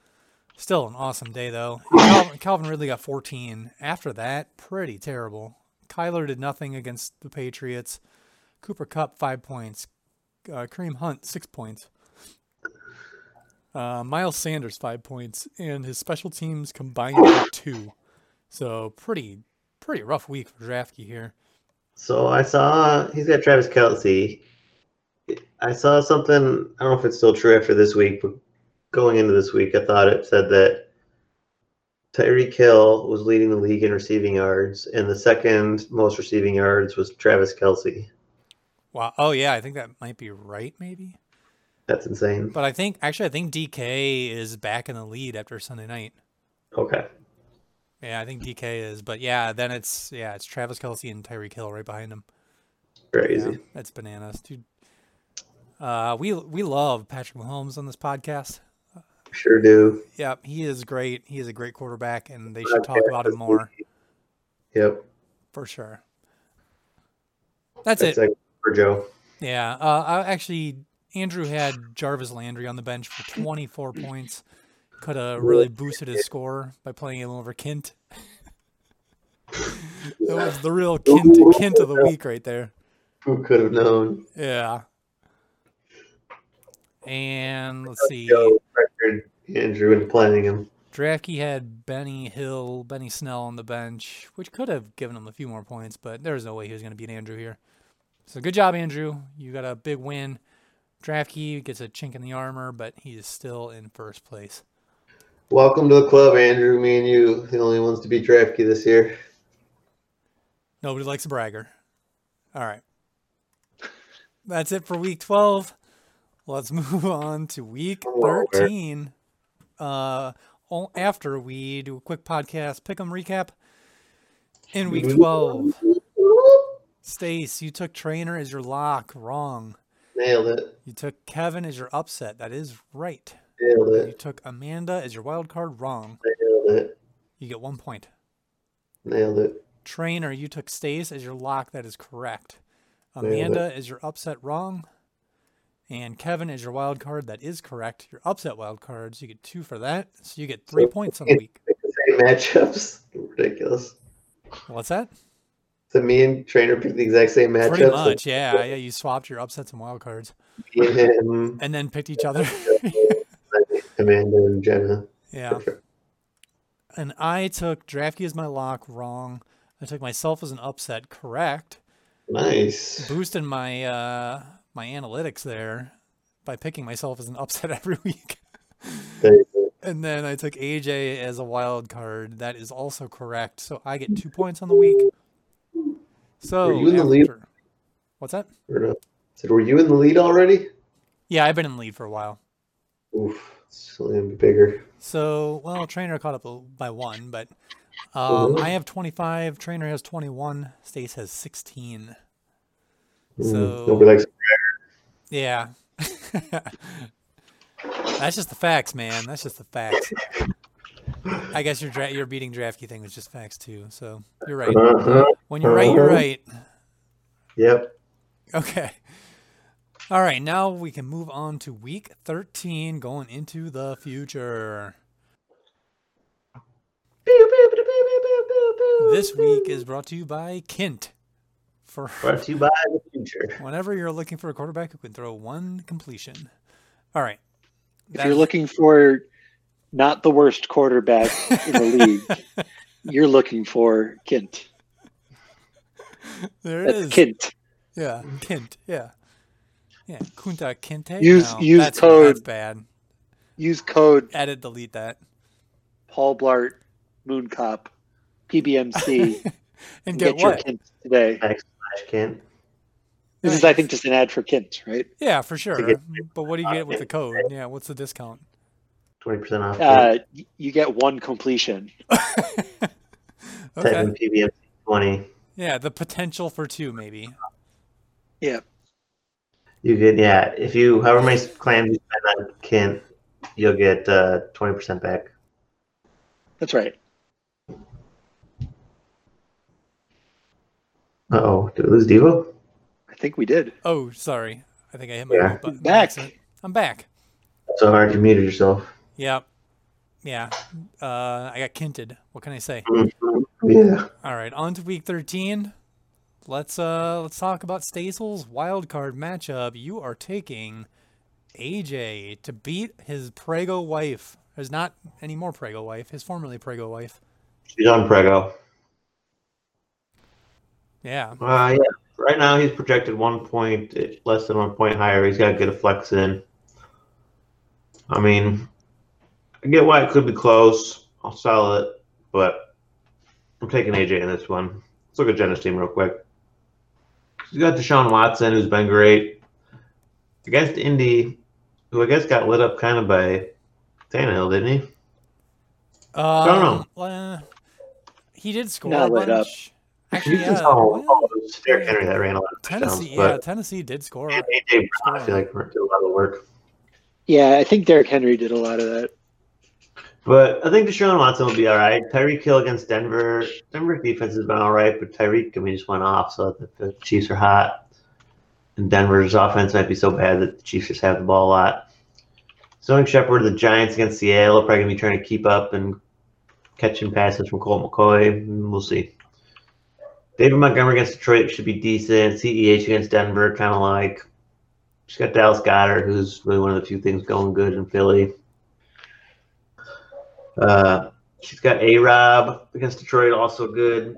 Still an awesome day though. And Calvin, Calvin Ridley got 14. After that, pretty terrible. Kyler did nothing against the Patriots. Cooper Cup five points. Uh, Kareem Hunt six points. Uh, Miles Sanders five points, and his special teams combined for two. So pretty pretty rough week for Draftkey here.
So I saw he's got Travis Kelsey. I saw something. I don't know if it's still true after this week, but going into this week, I thought it said that Tyreek Hill was leading the league in receiving yards, and the second most receiving yards was Travis Kelsey.
Wow. Oh yeah, I think that might be right, maybe.
That's insane.
But I think actually, I think DK is back in the lead after Sunday night.
Okay.
Yeah, I think DK is. But yeah, then it's yeah, it's Travis Kelsey and Tyreek Hill right behind him.
Crazy.
Yeah, that's bananas, dude. Uh, we we love Patrick Mahomes on this podcast.
Sure do.
Yeah, he is great. He is a great quarterback, and they should talk about him more
Yep.
for sure. That's
That's
it.
like for Joe.
Yeah. Uh, I actually, Andrew had Jarvis Landry on the bench for 24 points. Could have really boosted his score by playing him over Kint. that was the real Kint, Kint of the week right there.
Who could have known?
Yeah. And let's see.
Joe record Andrew and playing him.
Draftkey had Benny Hill, Benny Snell on the bench, which could have given him a few more points, but there was no way he was going to beat Andrew here. So good job, Andrew. You got a big win. Draftkey gets a chink in the armor, but he is still in first place.
Welcome to the club, Andrew. Me and you, the only ones to beat Draftkey this year.
Nobody likes a bragger. All right. That's it for week 12. Let's *laughs* move on to week
Lord.
13. Uh, o- after we do a quick podcast pick 'em recap in week 12. Stace, you took Trainer as your lock. Wrong.
Nailed it.
You took Kevin as your upset. That is right.
Nailed
You
it.
took Amanda as your wild card. Wrong.
Nailed it.
You get one point.
Nailed it.
Trainer, you took Stace as your lock. That is correct.
it.
Amanda is your upset. Wrong. And Kevin is your wild card. That is correct. Your upset wild cards. You get two for that. So you get three points on the week.
Like the same matchups. *laughs* Ridiculous.
What's that?
So me and Trainer picked the exact same matchups.
Pretty much.
so
Yeah. Yeah. You swapped your upsets and wild cards
Me and him, *laughs*
and then picked each other. *laughs*
Amanda and Jenna.
yeah. And I took Draftkey as my lock, wrong. I took myself as an upset, correct.
Nice.
Boosted my uh, my analytics there by picking myself as an upset *laughs* every week.
Thank you.
And then I took AJ as a wild card. That is also correct. So I get two points on the week. So
Were you in the lead?
after- What's that?
Or no. Said, were you in the lead already?
Yeah, I've been in the lead for a while.
Oof, it's only gonna be bigger.
So, well, Trainer caught up by one, but um,
Mhm.
I have 25. Trainer has 21. Stace has 16. So-
Hmm. nobody likes.
Yeah. *laughs* That's just the facts, man. That's just the facts. I guess your dra- your beating drafty thing was just facts too. So you're right.
Uh-huh.
When you're right, you're
Uh-huh.
right. *laughs*
Yep.
Okay. All right. Now we can move on to week 13, going into the future. This week is brought to you by Kint. For
Brought to you by the future.
whenever you're looking for a quarterback who can throw one completion. All right.
If you're looking for not the worst quarterback
*laughs*
in the league, you're looking for Kint.
there it
That's
is.
Kint.
Yeah, Kint. Yeah, yeah. Kunta Kinte.
Use-
No,
use
that's,
code.
That's bad.
Use code
Edit. Delete that.
Paul Blart Moon Cop *laughs* PBMC
*laughs* And
and
get,
get,
what?
your Kint today.
Flash can't.
This is, I think, just an ad for Kint, right?
Yeah, for sure.
get-
But what do you get with the code? Yeah, what's the discount?
Twenty percent off.
Uh, y- you get one completion.
Type
Okay.
in PBM twenty.
Yeah, the potential for two maybe.
Yeah.
You get yeah. If you however many clams you spend on Kent, you'll get uh, twenty percent back.
That's right.
Uh oh, did we lose Devo?
I think we did.
Oh, sorry. I think I hit my
Yeah.
mute button. by
Back.
accident. I'm back.
So hard you muted yourself.
Yep. Yeah. Uh, I got kinted. What can I say?
Yeah.
All right, on to week 13. Let's uh let's talk about Stasel's wild card matchup. You are taking AJ to beat his Prego wife. There's not any more Prego wife, his formerly Prego wife.
She's on Prego.
Yeah.
Uh, yeah. Right now, he's projected one point less than one point higher. He's got to get a flex in. I mean, I get why it could be close. I'll sell it, but I'm taking AJ in this one. Let's look at Jenna's team real quick. He's got Deshaun Watson, who's been great. Against Indy, who I guess got lit up kind of by Tannehill, didn't he?
Um, uh, he did score
Not
a
lit up.
bunch.
you
Actually,
can
yeah.
tell
well,
all those Derrick Henry that ran a lot of touchdowns,
Tennessee, yeah,
but
Tennessee did score.
and AJ Brown, I feel like did a lot of work.
Yeah, I think Derrick Henry did a lot of that.
But I think Deshaun Watson will be all right. Tyreek Hill against Denver. Denver defense has been all right, but Tyreek, I mean, just went off, so the, the Chiefs are hot. And Denver's offense might be so bad that the Chiefs just have the ball a lot. Sonic Shepard, the Giants against Seattle, probably going to be trying to keep up and catching passes from Colt McCoy. and We'll see. David Montgomery against Detroit should be decent. CEH against Denver, kind of like. She's got Dallas Goddard, who's really one of the few things going good in Philly. Uh, she's got A Rob against Detroit, also good.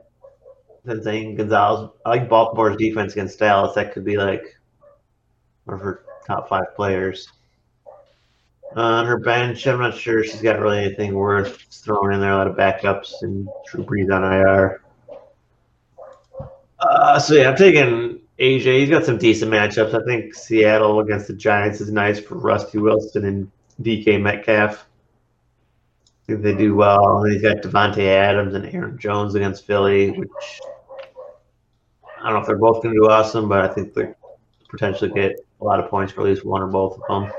Then Zane Gonzalez. I like Baltimore's defense against Dallas. That could be like one of her top five players. On her bench, I'm not sure she's got really anything worth throwing in there. A lot of backups and Drew Brees on IR. Uh, so yeah, I'm taking AJ. He's got some decent matchups. I think Seattle against the Giants is nice for Rusty Wilson and DK Metcalf think they do well. And he's got Devonte Adams and Aaron Jones against Philly, which I don't know if they're both going to do awesome, but I think they potentially get a lot of points for at least one or both of them.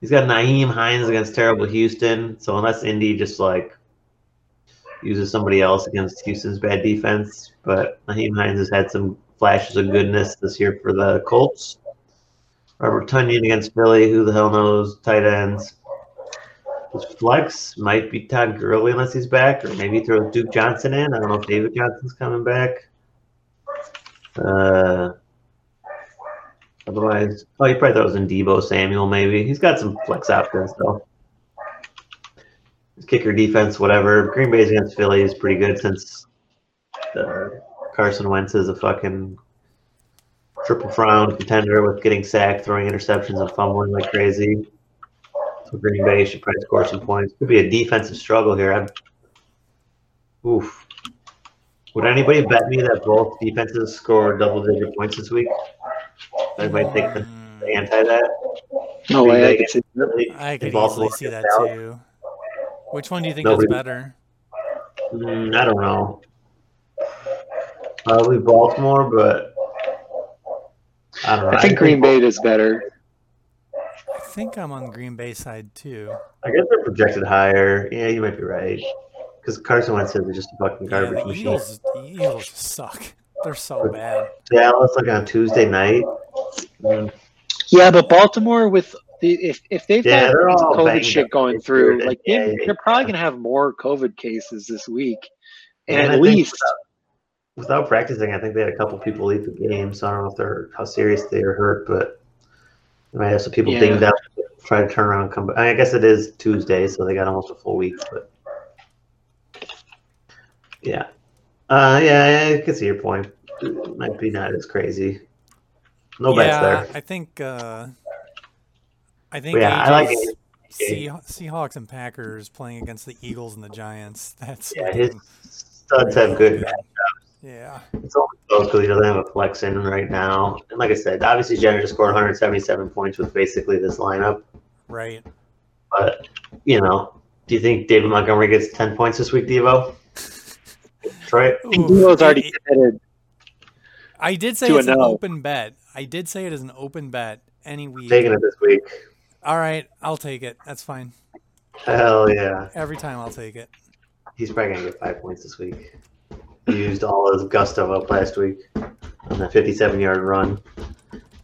He's got Naeem Hines against terrible Houston, so unless Indy just like uses somebody else against Houston's bad defense, but Naeem Hines has had some flashes of goodness this year for the Colts. Robert Tunyon against Philly, who the hell knows? Tight ends. His flex might be Todd Gurley unless he's back, or maybe throw Duke Johnson in. I don't know if David Johnson's coming back. Uh, otherwise, oh, he probably throws in Debo Samuel. Maybe he's got some flex options though. His kicker defense, whatever. Green Bay's against Philly is pretty good since uh, Carson Wentz is a fucking triple frown contender with getting sacked, throwing interceptions, and fumbling like crazy. So Green Bay should probably score some points. Could be a defensive struggle here. I'm, oof. Would anybody bet me that both defenses score double digit points this week? I might take the
Mm,
the anti that.
No way I could see that.
I could
Baltimore
easily see that
gets out.
too. Which one do you think
Nobody-
is better?
Mm, I don't know. Probably Baltimore, but I don't know.
I think Green Bay is better.
I think I'm on Green Bay side too.
I guess they're projected higher. Yeah, you might be right. Because Carson Wentz is just a fucking
Yeah,
garbage
the
machine.
Eagles, the Eagles just suck. *laughs* They're so bad.
Dallas like on Tuesday night. Mm.
Yeah, but Baltimore with the if if they've
Yeah,
got
they're
all
all
COVID
banged
shit
up
going
this year,
through, like
yeah,
they're,
yeah,
they're probably
yeah.
gonna have more COVID cases this week, and,
And I
at
think
least
without practicing, I think they had a couple people leave the game, so I don't know if they're how serious they are hurt, but they might have some people
Yeah.
dinged up, try to turn around, and come back. I, mean, I guess it is Tuesday, so they got almost a full week, but yeah, uh, yeah, I can see your point. It might be not as crazy. No
yeah,
bets there.
I think. Uh, I think.
yeah, I like
AJ's
it.
Seah- Seahawks and Packers playing against the Eagles and the Giants. *laughs* That's
Yeah,
like-
his studs have good.
Yeah,
It's only close because he doesn't have a flex in right now. And like I said, obviously Jenner just scored 177 points with basically this lineup.
right.
But you know, do you think David Montgomery gets ten points this week, Devo? Detroit.
I
Oof.
think Devo's
I-
already committed.
I did say
to a
it's an
no.
open bet. I did say it is an open bet any week.
Taking it this week.
All right, I'll take it. That's fine.
Hell yeah.
Every time I'll take it.
He's probably gonna get five points this week. He used all his gusto up last week on that fifty-seven yard run.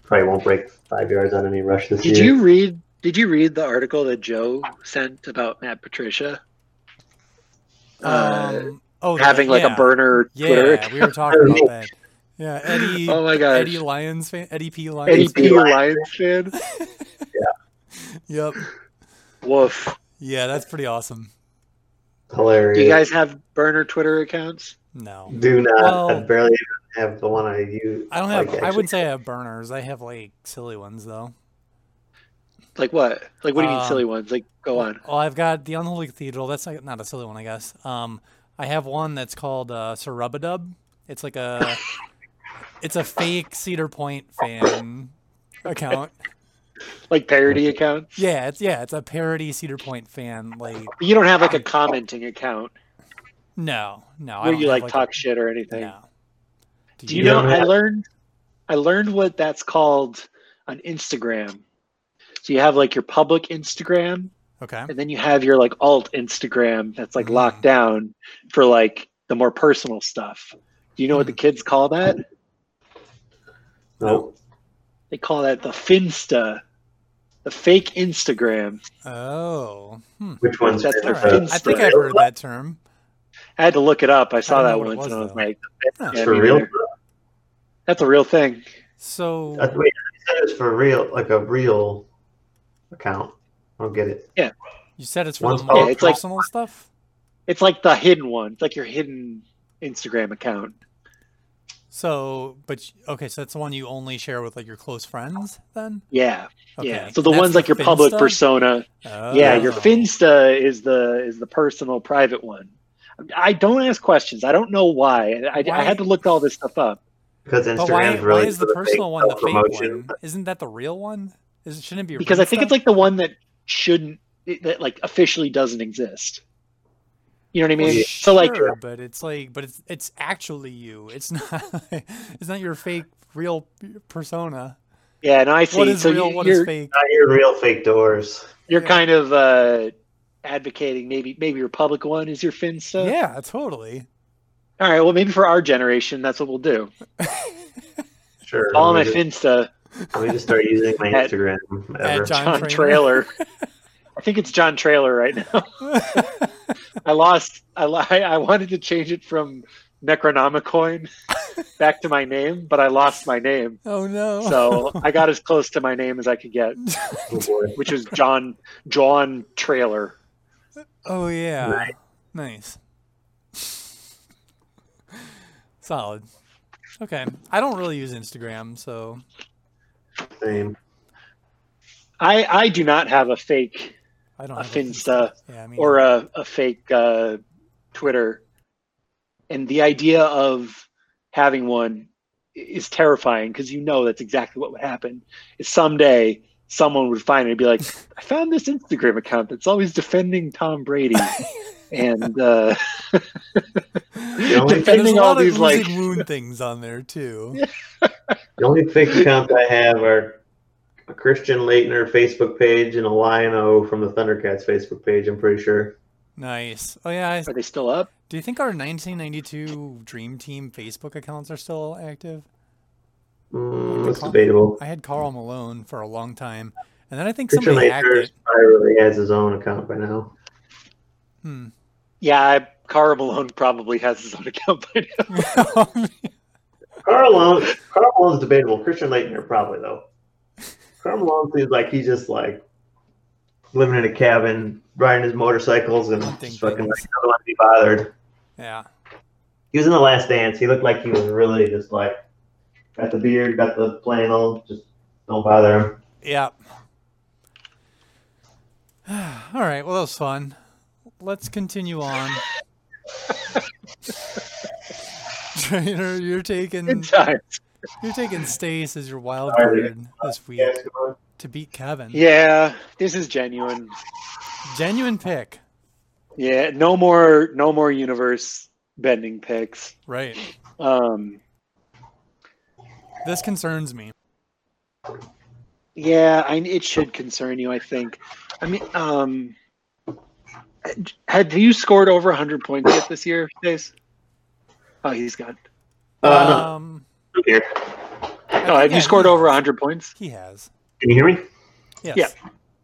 Probably won't break five yards on any rush this
Did
year.
you read did you read the article that Joe sent about Matt Patricia? Uh,
Um, oh,
having like
yeah.
a burner Twitter.
Yeah, we were talking about that. Yeah, Eddie.
*laughs* oh my gosh.
Eddie Lyons fan. Eddie P. Lyons.
Eddie P.
P. Lyons.
Lions fan.
Yep.
Woof.
Yeah, that's pretty awesome.
Hilarious.
Do you guys have burner Twitter accounts?
No.
do not. I
Well-
barely even have the one I use.
I don't have. I
like, actually-
wouldn't say I have burners. I have like silly ones though.
Like what? Like what do you mean
Um,
silly ones? Like go on.
Oh, I've got the Unholy Cathedral. That's like, not a silly one, I guess. Um, I have one that's called uh, Sarubadub. It's like a, it's a fake Cedar Point fan account.
Like parody accounts?
Yeah, it's yeah, it's a parody Cedar Point fan. Like,
You don't have like a commenting account
no, no, I
where
don't
you
have,
like,
like
talk
a-
shit or anything.
No.
Do
You
you know?
don't
I
have-
learned, I learned what that's called on Instagram. So you have like your public Instagram,
Okay.
and then you have your like alt Instagram that's like
Mm.
locked down for like the more personal stuff. Do you know what
Mm.
the kids call that?
Nope.
They call that the Finsta, the fake Instagram.
Oh, hmm.
Which one's
That's
All
The
favorite?
right. I think
Finsta.
I've heard that term.
I had to look it up. I saw
don't
that
know what it
once,
was,
and I was
though.
like,
Huh.
yeah,
for
me
real?
neither. "That's a real thing."
So
That's, wait, you said it's for real, like a real account. I don't get it.
you said it's for
One's
the more
called- it's like-
personal stuff.
It's like the hidden one. It's like your hidden Instagram account.
So, but y- okay, so that's the one you only share with like your close friends, then?
Yeah.
Okay.
Yeah. So the
That's
ones like your public
Finsta?
persona.
Oh.
Yeah, your Finsta is the is the personal private one. I don't ask questions. I don't know why. I, I
Why?
had to look all this stuff up.
Because
But why,
Instagram's
why
really
is
for
the personal
fake
one the fake
self-promotion.
one? Isn't that the real one? Is it shouldn't it be
Because I think
Finsta?
it's like the one that shouldn't it- that like officially doesn't exist. You know what I
Well,
mean? So like
sure, but it's like but it's it's actually you. It's not *laughs* it's not your fake real persona.
yeah, no, I see.
What is
so
real?
you,
What
you're
is fake?
Not your real fake doors.
you're
Yeah.
kind of uh advocating maybe maybe your public one is your Finsta.
Yeah, totally.
All right, well maybe for our generation that's what we'll do.
Sure.
Follow my
let, me
Finsta
just, let me just start using my
*laughs* At-
Instagram.
At
ever.
John Trailer. *laughs* I think it's John Trailer right now.
Traylor.
I lost. I li- *laughs* I wanted to change it from Necronomicon back to my name, but I lost my name,
*laughs* oh no.
so I got as close to my name as I could get,
Oh, *laughs* boy.
which is John John Trailer.
*laughs* Oh yeah.
Right.
Nice. Solid. Okay. I don't really use Instagram, so
Same.
I I do not have a fake
I don't
A
have
Finsta
Yeah, I mean,
uh, or a a fake uh, Twitter, and the idea of having one i- is terrifying because you know that's exactly what would happen. Is someday someone would find it and
*laughs*
be like, "I found this Instagram account that's always defending Tom Brady."
*laughs*
and uh, *laughs*
The only,
And *laughs* there's
defending
a
all
lot of
these like
losing wound things on there
*laughs*
too.
the only fake accounts I have are a Christian Leitner Facebook page and a Lion O from the Thundercats Facebook page, I'm pretty sure.
Nice. Oh yeah. I,
are they still up?
do you think our 1992 Dream Team Facebook accounts are still active?
Mm,
The
it's
com-
debatable.
I had Carl Malone for a long time, and then I think
Christian
somebody hacked
Leitner
it.
probably has his own account by now.
Hmm.
Yeah, I, Cara Malone probably has his own account by
*laughs*
now.
Carl Malone, Carl Malone's debatable. Christian Leitner probably though. Carl Malone seems like he's just like living in a cabin, riding his motorcycles, and
Hunting
just fucking like
things.
doesn't want to be bothered.
yeah.
He was in the Last Dance. He looked like he was really just like got the beard, got the flannel, just don't bother him.
Yep. *sighs* All right. Well, that was fun. Let's continue on. Trainer, you're taking
Good
Mm.
times.
you're taking Stace as your wild
All right.
card this week
Yeah, come on.
to beat Kevin.
*laughs* Yeah, this is genuine.
Genuine pick,
Yeah, no more, no more universe bending picks.
right?
Um,
This concerns me.
yeah, I, it should concern you. I think. I mean, um, have you scored over 100 points yet this year, Stace? Oh, he's gone.
Uh,
um,
no, I'm here.
I
Oh, have
think I-
you scored over 100 points?
He has.
Can you hear me?
Yes.
Yeah.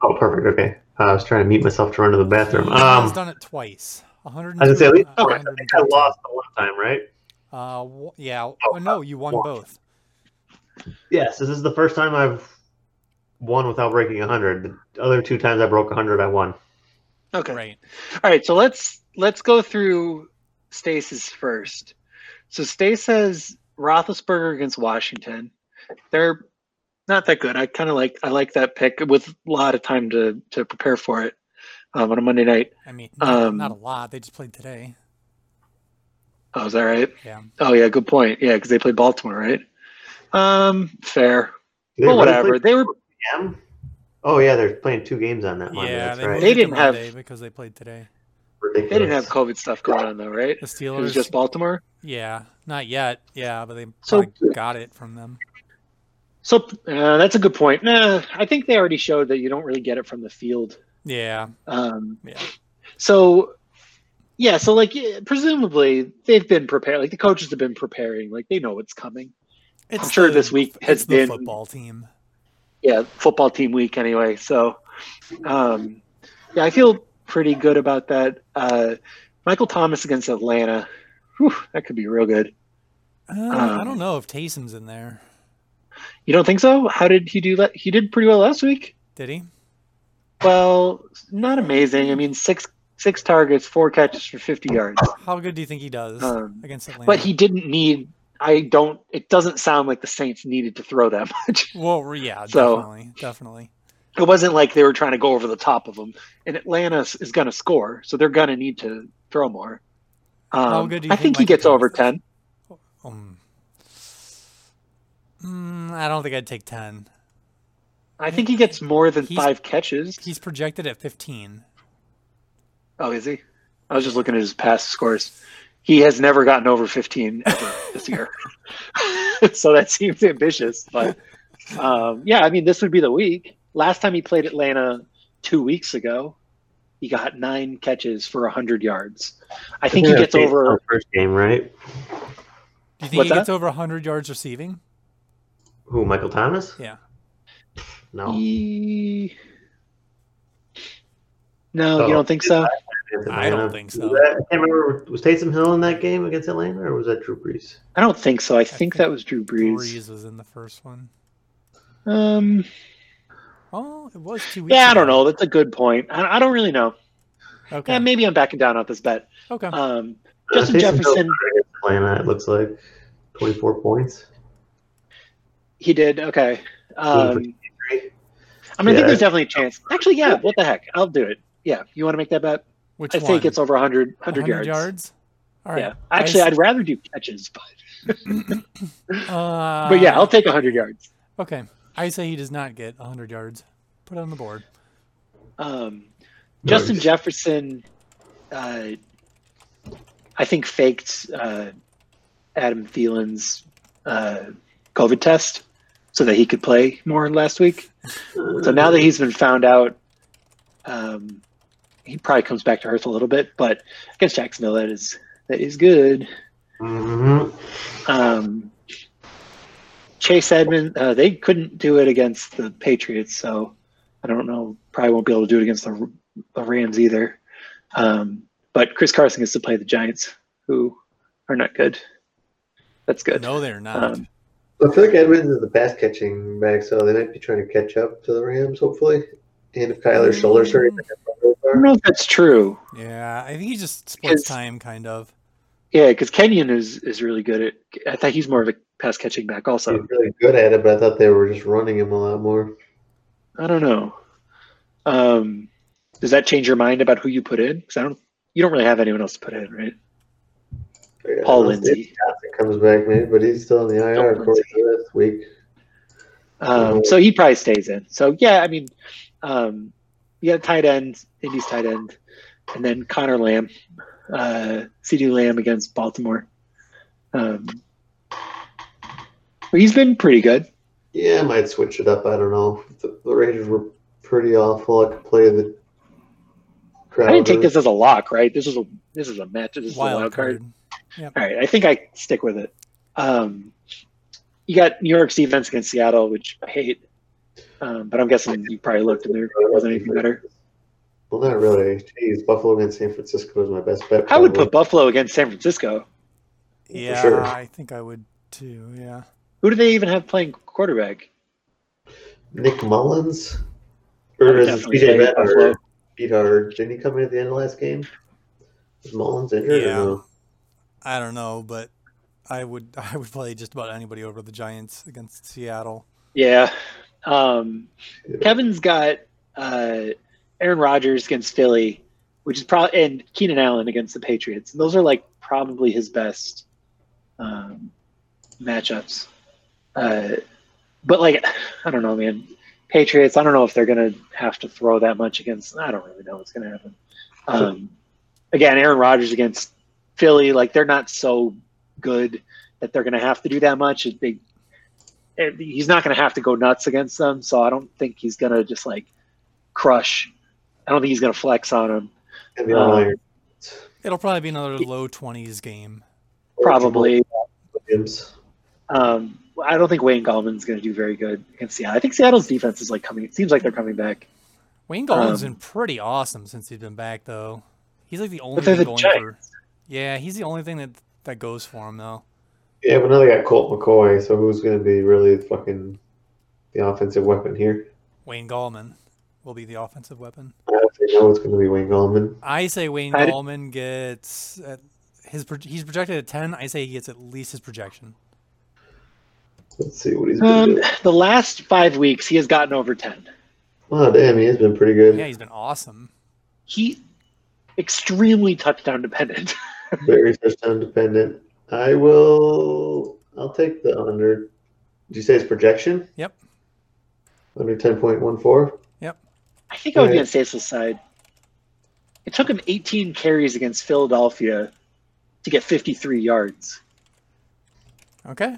Oh, perfect. Okay. Uh, I was trying to mute myself to run to the bathroom.
He
Um,
has
I
done it twice. 100.
was gonna say at least I think I lost the one time, right?
Uh, w- yeah. Oh, no, you won
one.
both.
Yes, this is the first time I've won without breaking 100. The other two times I broke 100, I won.
Okay.
Right.
All right, so let's let's go through Stasis first. So Stace says Roethlisberger against Washington. They're not that good. I kind of like I like that pick with a lot of time to to prepare for it um, on a Monday night.
I mean, not,
Um,
not a lot. They just played today.
Oh, is that right?
Yeah.
Oh yeah, good point. Yeah, because they played Baltimore, right? Um, fair.
They
well,
really
whatever.
played
They were
them? Oh yeah, they're playing two games on that Monday.
yeah,
that's
they,
right.
moved
They
it to
didn't have-
Monday because they played today.
they didn't have COVID stuff going on though, right?
The
It
Steelers.
was just Baltimore.
yeah, not yet. Yeah, but they
So-
probably got it from them.
So uh, that's a good point. Nah, I think they already showed that you don't really get it from the field.
Yeah,
Um,
Yeah.
So, yeah. So, like, yeah, presumably they've been prepared. Like the coaches have been preparing. Like they know what's coming.
it's
sure
the-
this week has
it's the
been-
football team.
Yeah, football team week anyway. So, um, yeah, I feel pretty good about that. Uh, Michael Thomas against Atlanta. Whew, that could be real good.
Uh, I
Um,
don't know if Taysom's in there.
You don't think so? How did he do? That he did pretty well last week.
Did he?
Well, not amazing. I mean, six six targets, four catches for fifty yards.
How good do you think he does
Um,
against Atlanta?
But he didn't need. I don't. It doesn't sound like the Saints needed to throw that *laughs* much.
Well, yeah,
So-
definitely, definitely.
It wasn't like they were trying to go over the top of them. And Atlanta s- is going to score, so they're going to need to throw more. Um,
How good do you
I
think
think he
Michael
gets over
Thomas
ten.
Um, mm, I don't think I'd take ten.
I think he gets more than
He's-
five catches.
He's projected at fifteen.
Oh, is he? I was just looking at his past scores. He has never gotten over 15 ever this year. *laughs* so that seems ambitious. But um, yeah, I mean, this would be the week. Last time he played Atlanta two weeks ago, he got nine catches for 100 yards. I think he gets over.
first game, right?
Do you think
What's
he
that?
gets over hundred yards receiving?
Who? Michael Thomas?
Yeah.
No.
He- No,
Oh.
you don't think so?
I don't
Atlanta.
think
Was
so.
that- I can't remember. Was Taysom Hill in that game against Atlanta, or was that Drew Brees?
I don't think so. I think
think
that was Drew Brees.
Breeze was in the first one.
Um,
Oh, it was two weeks.
yeah, I don't
ago.
know. That's a good point. I, I don't really know.
Okay.
Yeah, maybe I'm backing down off this bet.
okay.
Um,
Uh,
Justin
Taysom Hill
Jefferson,
against Atlanta. It looks like twenty-four points.
he did okay. Um,
Right?
I mean, I
Yeah.
think there's definitely a chance. Actually, yeah. What the heck? I'll do it. Yeah, you want to make that bet?
Which
I
one?
say it gets over 100, 100,
100
yards.
All right.
Yeah. Actually, I'd rather do catches, but,
uh,
but yeah, I'll take 100 yards.
Okay. I say he does not get 100 yards. Put it on the board.
Um,
Nice.
Justin Jefferson, uh, I think faked uh, Adam Thielen's uh, COVID test so that he could play more last week. So now that he's been found out, um, he probably comes back to earth a little bit. But against Jacksonville, that is that is good.
Mhm.
Um, Chase Edmond, uh, they couldn't do it against the Patriots, so I don't know. Probably won't be able to do it against the, the Rams either. Um, but Chris Carson gets to play the Giants, who are not good. That's good.
No, they're not.
Um,
I feel like Edmonds is the pass catching back, so they might be trying to catch up to the Rams, hopefully. And if
Mm.
Kyler's shoulder surgery,
I don't know if that's true.
yeah. I think he just splits
Because-
time, kind of.
Yeah, because Kenyon is is really good at. I think he's more of a pass catching back. Also,
he's really good at it, but I thought they were just running him a lot more.
I don't know. Um, does that change your mind about who you put in? Because I don't. You don't really have anyone else to put in, right?
Yeah,
Paul
unless
Lindsey.
Dave Johnson comes back maybe, but he's still in the IR according to this week.
Um, so he probably stays in. So yeah, I mean, um, you got tight end, Indy's tight end, and then Connor Lamb, uh, CD Lamb against Baltimore. Um, but he's been pretty good.
Yeah, I might switch it up. I don't know. The, the Raiders were pretty awful. I could play the crowd.
I didn't take this as a lock, right? This is a this is a match. This is a
wild,
wild card.
card.
All right, I think I stick with it. Um, you got New York's defense against Seattle, which I hate, um, but I'm guessing you probably looked and there wasn't anything better.
Well, not really. Jeez, Buffalo against San Francisco is my best bet.
I would
probably.
put Buffalo against San Francisco.
Yeah.
sure.
I think I would too. Yeah.
Who do they even have playing quarterback?
Nick Mullins
I would
or is it
definitely
PJ
say
Better?
Buffalo.
Bedard, didn't he come in at the end of last game? Was Mullins injured? or
Yeah.
no?
I don't know, but I would *laughs* I would play just about anybody over the Giants against Seattle.
Yeah. Um,
Yeah.
Kevin's got uh, Aaron Rodgers against Philly, which is probably and Keenan Allen against the Patriots. And those are like probably his best um, matchups. Uh, but like, I don't know, man. Patriots. I don't know if they're gonna have to throw that much against. I don't really know what's gonna happen. Um, again, Aaron Rodgers against Philly. Like they're not so good that they're gonna have to do that much. It- They it- he's not going to have to go nuts against them. So I don't think he's going to just like crush. I don't think he's going to flex on him.
It'd be all
Uh,
iron
It'll probably be another low twenties game.
Probably.
Williams.
Um, I don't think Wayne Gallman's going to do very good against Seattle. I think Seattle's defense is like coming. It seems like they're coming back.
Wayne Gallman's
Um,
been pretty awesome since he's been back though. He's like the only
they're
thing
the
going for.
Giants.
Yeah, he's the only thing that that goes for him though.
Yeah, but now they got Colt McCoy, so who's going to be really fucking the offensive weapon here?
Wayne Gallman will be the offensive weapon.
I don't think no, it's going to be Wayne Gallman.
I say Wayne
I-
Gallman gets at his pro- he's projected at ten. I say he gets at least his projection.
Let's see what he's been
Um,
doing.
the last five weeks, he has gotten over ten.
Oh, damn, he has been pretty good.
Yeah, he's been awesome.
He extremely touchdown dependent. *laughs*
Very touchdown dependent. I will. I'll take the under. Did you say his projection?
Yep.
Under 10.14?
I think I would be
Right.
on Stasis' side. It took him 18 carries against Philadelphia to get 53 yards.
Okay.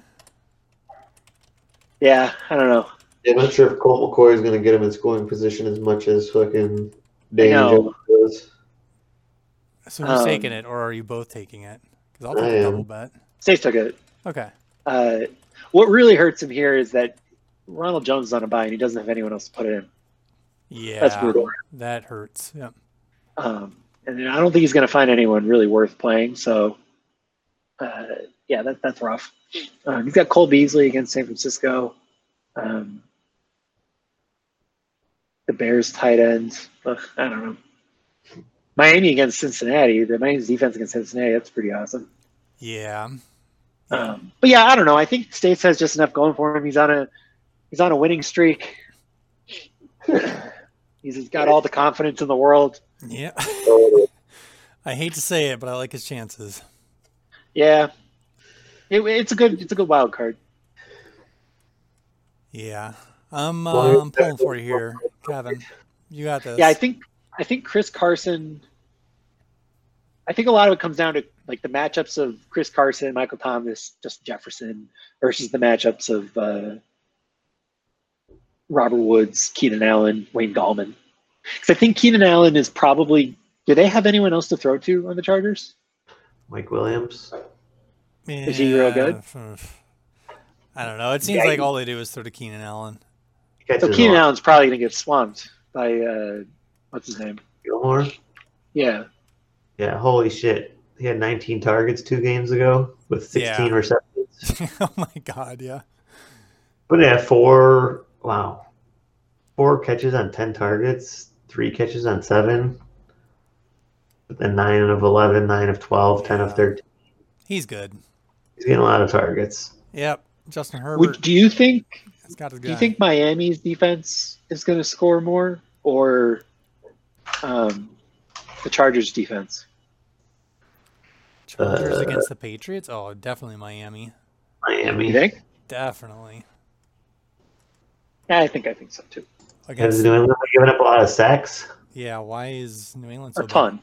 Yeah, I don't know.
Yeah, I'm not sure if Colt McCoy is going to get him in scoring position as much as fucking
I
Danny
know.
Jones does.
So who's
Um,
taking it, or are you both taking it? Because I'll
I
take a
am.
double bet.
Stace took it.
Okay.
Uh, what really hurts him here is that Ronald Jones is on a buy and he doesn't have anyone else to put it in.
Yeah.
That's brutal.
That hurts. Yep.
Um, and then I don't think he's going to find anyone really worth playing. So, uh, yeah, that, that's rough. Um, he's got Cole Beasley against San Francisco. Um, the Bears tight end. Ugh, I don't know. Miami against Cincinnati. The Miami's defense against Cincinnati. That's pretty awesome.
Yeah.
Um, but yeah, I don't know. I think States has just enough going for him. He's on a he's on a winning streak. *sighs* he's got all the confidence in the world.
Yeah. *laughs*
So,
I hate to say it, but I like his chances.
Yeah, It- it's a good it's a good wild card.
Yeah. I'm,
Well,
uh, I'm pulling for you
*laughs*
here, Kevin. You got this.
Yeah, I think I think Chris Carson. I think a lot of it comes down to like the matchups of Chris Carson, Michael Thomas, Justin Jefferson versus the matchups of uh, Robert Woods, Keenan Allen, Wayne Gallman. Because I think Keenan Allen is probably. Do they have anyone else to throw to on the Chargers?
Mike Williams.
is
he real good?
*sighs* I don't know. It seems
Yeah,
like
he-
all they do is throw to Keenan Allen. *laughs*
So
Catches
Oh, Keenan
Keenan
Allen's probably going to get swamped by uh, what's his name?
Gilmore.
Yeah,
Yeah, holy shit. He had 19 targets two games ago with 16
Yeah.
receptions.
oh my God. Yeah.
But yeah, four wow, four catches on ten targets, three catches on seven, but then nine of 11, 9 of 12, 10 of
Yeah.
thirteen.
He's good.
He's getting a lot of targets.
Yep. Justin Herbert
Would, do you think
has got his
Do you
guy.
think Miami's defense is going to score more, or um, the Chargers' defense?
Chargers
Uh,
against the Patriots? Oh, definitely Miami.
You
Miami
think?
Definitely.
Yeah, I think I think so too.
has
Against,
New England giving up a lot of sacks.
yeah, why is New England so
A
bad?
ton,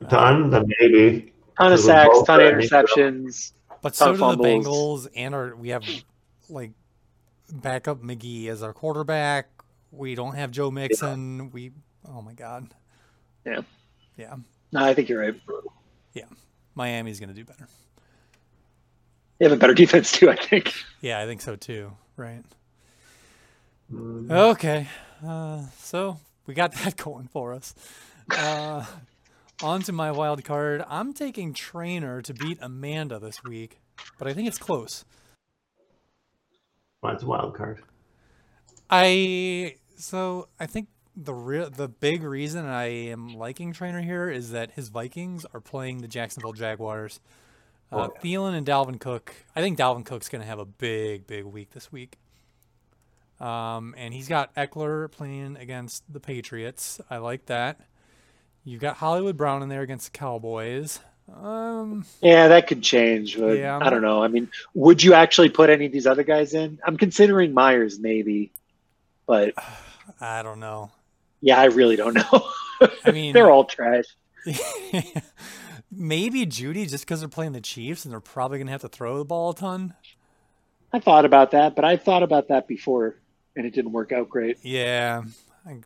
A ton, then maybe.
ton of
Because we're
sacks,
both
ton of
there.
interceptions.
But so
Ton
do
of
the
fumbles.
Bengals, and our we have like backup McGee as our quarterback. We don't have Joe Mixon. We oh my god,
No, I think you're right.
Miami's gonna do better.
They have a better *laughs* defense too. I think.
Yeah, I think so too. Right.
Mm,
Okay. Uh, so we got *laughs* that going for us. Uh, on to my wild card. I'm taking Trainer to beat Amanda this week, but I think it's close.
That's a wild card.
I so I think the real the big reason I am liking Trainer here is that his Vikings are playing the Jacksonville Jaguars. Uh,
Oh, yeah.
Thielen and Dalvin Cook. I think Dalvin Cook's going to have a big, big week this week. Um, and he's got Eckler playing against the Patriots. I like that. You've got Hollywood Brown in there against the Cowboys. Um,
Yeah, that could change. But
Yeah.
I don't know. I mean, would you actually put any of these other guys in? I'm considering Myers maybe, but
I don't know.
yeah, I really don't know. *laughs*
*laughs*
I mean,
They're all trash.
*laughs* maybe Judy just because they're playing the Chiefs and they're probably going to have to throw the ball a ton.
I thought about that, but I thought about that before, and it didn't work out great.
Yeah, I,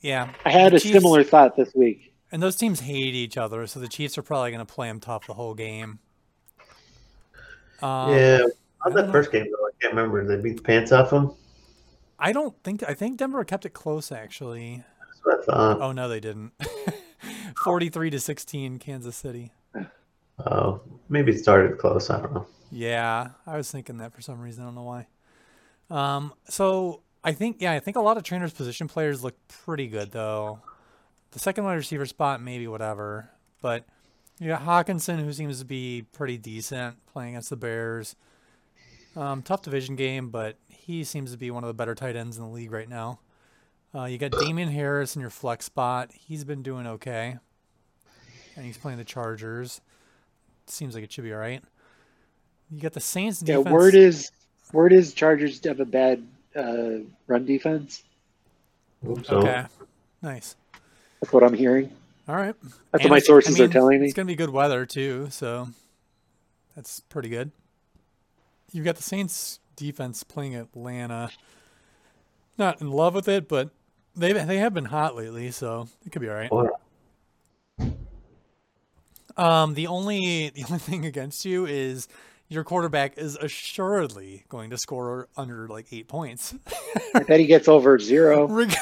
yeah.
I had
The
a
Chiefs-
similar thought this week.
And those teams hate each other, so the Chiefs are probably going to play them tough the whole game. Um,
yeah. How's
I don't
that first game though? I can't remember. They beat the pants off them.
I don't think I think Denver kept it close actually.
That's what I thought.
Oh no, they didn't. *laughs* Forty-three to sixteen, Kansas City.
Oh, maybe it started close. I don't know.
Yeah, I was thinking that for some reason. I don't know why. Um, so I think yeah, I think a lot of trainers' position players look pretty good though. The second wide receiver spot, maybe whatever, but you got Hawkinson, who seems to be pretty decent playing against the Bears. Um, tough division game, but he seems to be one of the better tight ends in the league right now. Uh, you got Damian Harris in your flex spot. He's been doing okay, and he's playing the Chargers. Seems like it should be all right. You got the Saints
Yeah,
defense.
word is word is Chargers have a bad uh, run defense.
So
okay, nice.
That's what I'm hearing.
All right.
That's
And
what my
it's-
sources
I
are
mean,
telling me.
It's going to be good weather, too, so that's pretty good. You've got the Saints defense playing Atlanta. Not in love with it, but they they have been hot lately, so it could be all right.
Boy.
Um, the only *laughs* the only thing against you is your quarterback is assuredly going to score under like eight points. *laughs*
I bet he gets over zero.
Reg-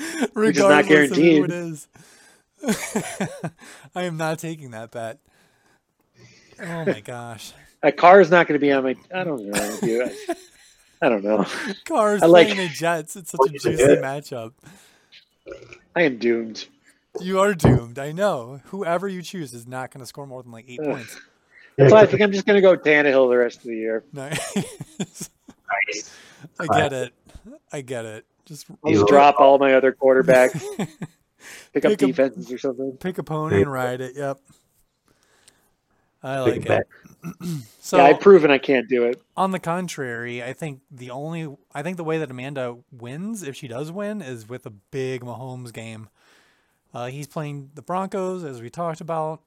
is not
regardless of who
guaranteed.
it is. *laughs* I am not taking that bet. Oh my gosh.
A car is not going to be on my. I don't know. Dude. I, I don't know.
Cars
I like-
playing the Jets. It's such
Oh,
a
you did
juicy
it.
matchup.
I am doomed.
You are doomed. I know. Whoever you choose is not going to score more than like eight
Ugh.
points. *laughs*
So I think I'm just going to go Tannehill the rest of the year.
No.
Nice.
I get it. I get it. Just
I'll just
Ew.
drop all my other quarterbacks, pick up
Pick 'em.
defenses or something.
*laughs* pick a pony and ride it. Yep. I
Take
like
it
it.
back.
So
yeah, I've proven I can't do it.
On the contrary, I think the only I think the way that Amanda wins, if she does win, is with a big Mahomes game. Uh, he's playing the Broncos, as we talked about.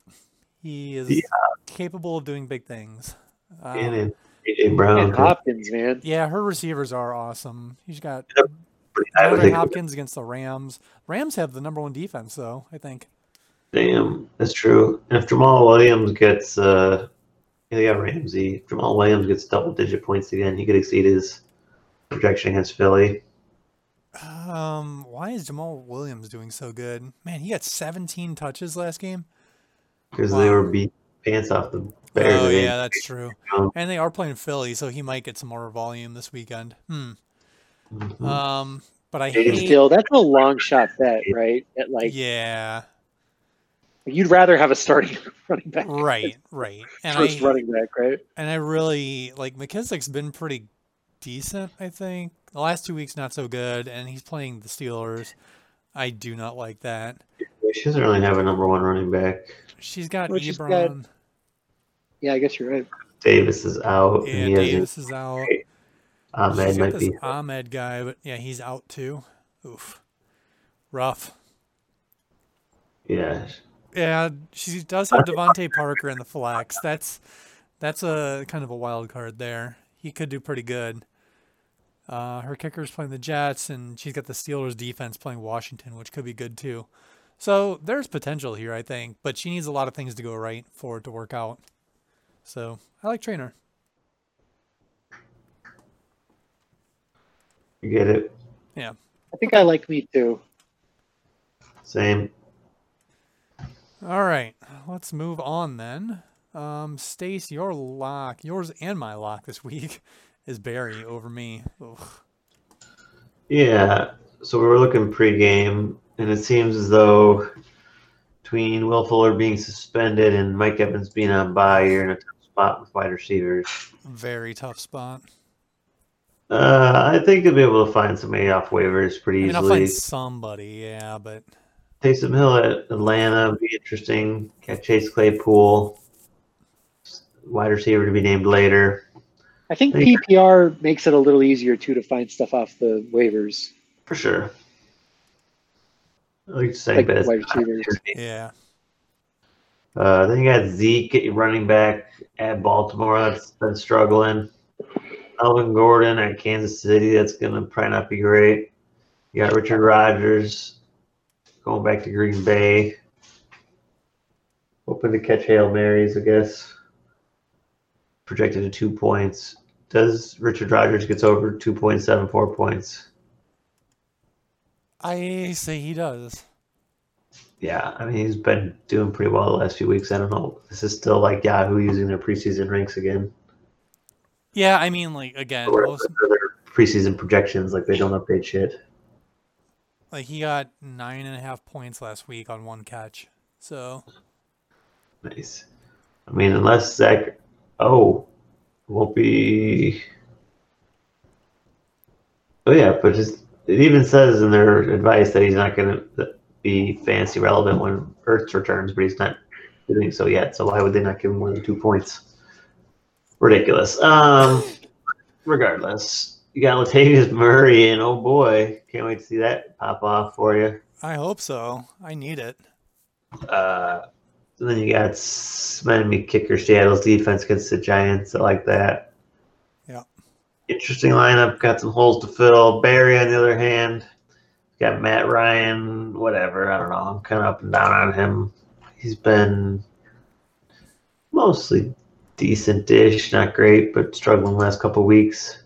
He is
Yeah.
capable of doing big things. Um,
And then AJ Brown.
And Hopkins, man.
yeah, her receivers are awesome. She's got
pretty high, I would
DeAndre
think.
Hopkins against the Rams. Rams have the number one defense, though. I think.
Damn, that's true. And if Jamal Williams gets, uh, yeah, they got Ramsey. If Jamal Williams gets double digit points again, he could exceed his projection against Philly.
Um, why is Jamal Williams doing so good? Man, he got 17 touches last game.
Because they
Wow.
were beat pants off the Bears.
Oh
again.
yeah, that's true.
Um,
And they are playing Philly, so he might get some more volume this weekend. Hmm.
Mhm.
Um, but I
Jaden
hate.
Still, that's a long shot bet, right? At like,
yeah.
you'd rather have a starting *laughs* running back,
Right. Right. And
first
Oh, I
running back, right?
and I really like McKissick's been pretty decent. I think the last two weeks not so good, and he's playing the Steelers. I do not like that.
She doesn't really have a number one running back.
She's got
Well, she's got-
Ebron.
Yeah, I guess you're right.
Davis is out.
Yeah,
and he hasn't.
Davis is out.
Ahmed
She's got
might
this
be.
Ahmed guy, but yeah, he's out too. Oof. Rough.
Yeah.
Yeah, she does have Devonte Parker in the flex. That's that's a kind of a wild card there. He could do pretty good. Uh, her kicker's playing the Jets, and she's got the Steelers defense playing Washington, which could be good too. So there's potential here, I think, but she needs a lot of things to go right for it to work out. So I like Trainer.
You get it.
I think I like me too.
Same.
All right, let's move on then. Um, Stace, your lock, yours and my *laughs* lock this week is Barry over me. Ugh.
Yeah. so we were looking pregame, and it seems as though between Will Fuller being suspended and Mike Evans being on bye, you're in a tough spot with wide receivers.
Very tough spot.
Uh, I think you'll be able to find somebody off waivers pretty
I mean, I'll
easily.
find somebody, yeah, but
Taysom Hill at Atlanta would be interesting. Got Chase Claypool, wide receiver to be named later.
I think
Hey.
PPR makes it a little easier too to find stuff off the waivers.
For sure. I like to say,
Like
but it's
wide
not
receivers.
guaranteed.
yeah.
Uh, then you got Zeke at running back at Baltimore. That's been struggling. Alvin Gordon at Kansas City. That's going to probably not be great. You got Richard Rodgers going back to Green Bay. Hoping to catch Hail Marys, I guess. Projected to two points. Does Richard Rodgers gets over 2.74 points?
I say he does.
Yeah, I mean, he's been doing pretty well the last few weeks. I don't know. This is still like Yahoo using their preseason ranks again.
Yeah, I mean, like again,
Or
most,
their preseason projections, like they don't update shit.
like he got nine and a half points last week on one catch. So
Nice. I mean, unless Zach, oh, won't be. Oh yeah, but just it even says in their advice that he's not going to be fantasy relevant when Earth returns, but he's not doing so yet. So why would they not give him more than two points? Ridiculous. Um, regardless, you got Latavius Murray, and oh boy, can't wait to see that pop off for you.
I hope so. I need it.
Uh, and then you got s- Miami kicker Seattle's defense against the Giants. I like that.
Yeah.
Interesting lineup. Got some holes to fill. Barry, on the other hand, got Matt Ryan. Whatever. I don't know. I'm kind of up and down on him. He's been mostly decent-ish, not great, but struggling last couple weeks.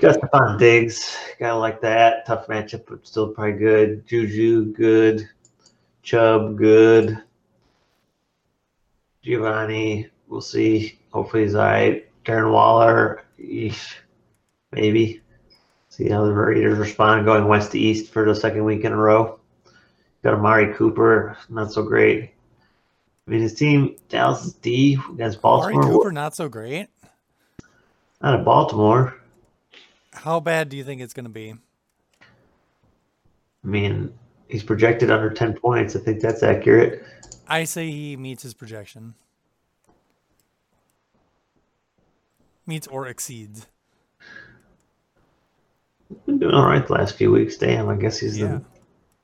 Got Stephon Diggs. Gotta like that. Tough matchup, but still probably good. Juju, good. Chubb, good. Giovanni, we'll see. Hopefully he's all right. Darren Waller, eesh, maybe. See how the Raiders respond going west to east for the second week in a row. Got Amari Cooper, not so great. I mean, his team, Dallas D against
Amari
Baltimore.
Cooper not so great.
Out of Baltimore.
How bad do you think it's gonna be?
I mean, he's projected under 10 points. I think that's accurate.
I say he meets his projection. Meets or exceeds.
Been doing all right the last few weeks. Damn, I guess he's
Yeah.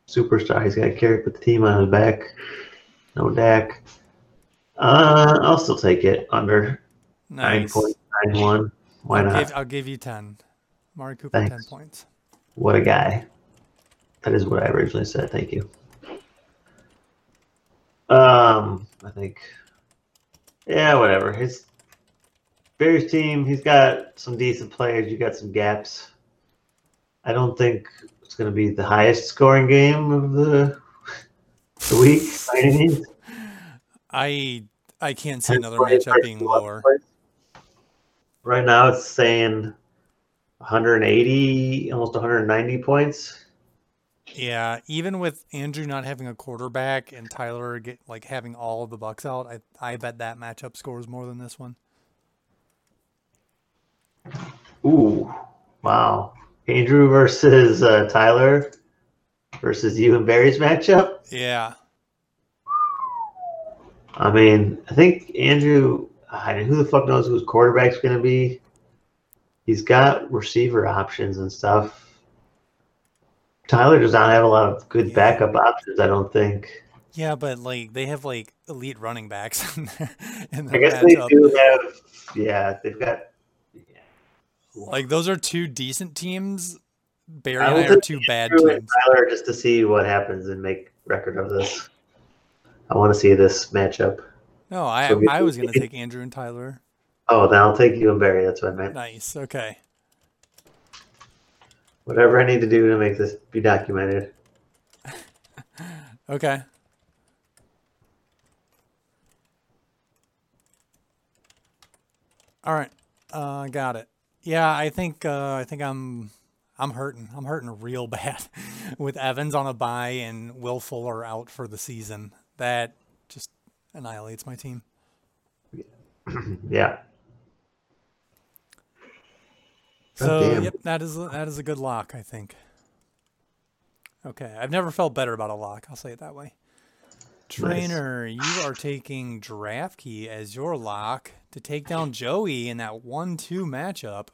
the superstar. He's got to carry with the team on his back. No Dak. Uh, I'll still take it under nine
Nice.
point nine one. Why
I'll
not?
give, I'll give you ten. Amari Cooper ten
Thanks.
points.
What a guy. That is what I originally said. Thank you. Um, I think. Yeah, whatever. His Bears team. He's got some decent players. You got some gaps. I don't think it's going to be the highest scoring game of the the week by any means.
I I can't see another matchup being lower.
Right now, it's saying 180, almost 190 points.
Yeah, even with Andrew not having a quarterback and Tyler get, like having all of the Bucks out, I I bet that matchup scores more than this one.
Ooh, wow. Andrew versus uh, Tyler versus you and Barry's matchup.
Yeah,
I mean, I think Andrew, I mean, who the fuck knows whose quarterback's going to be? He's got receiver options and stuff. Tyler does not have a lot of good
Yeah.
backup options, I don't think.
yeah, but like they have like elite running backs *laughs* in their in
I
their
guess they
matchup.
do have, yeah, they've got.
Like those are two decent teams. Barry
I
and
will
I are
take
two bad
Andrew and
teams.
Tyler just to see what happens and make record of this. I want to see this matchup.
No, I
So we-
I was gonna take Andrew and Tyler.
Oh, then I'll take you and Barry. That's what I meant.
Nice. Okay.
Whatever I need to do to make this be documented.
Okay. All right. Uh, got it. Yeah, I think uh, I think I'm I'm hurting. I'm hurting real *laughs* bad with Evans on a bye and Will Fuller out for the season. That just annihilates my team.
Yeah. God
So
damn.
yep, that is a- that is a good lock, I think. Okay, I've never felt better about a lock. I'll say it that way. Trainer, you are taking DraftKey as your lock to take down Joey in that one-two matchup.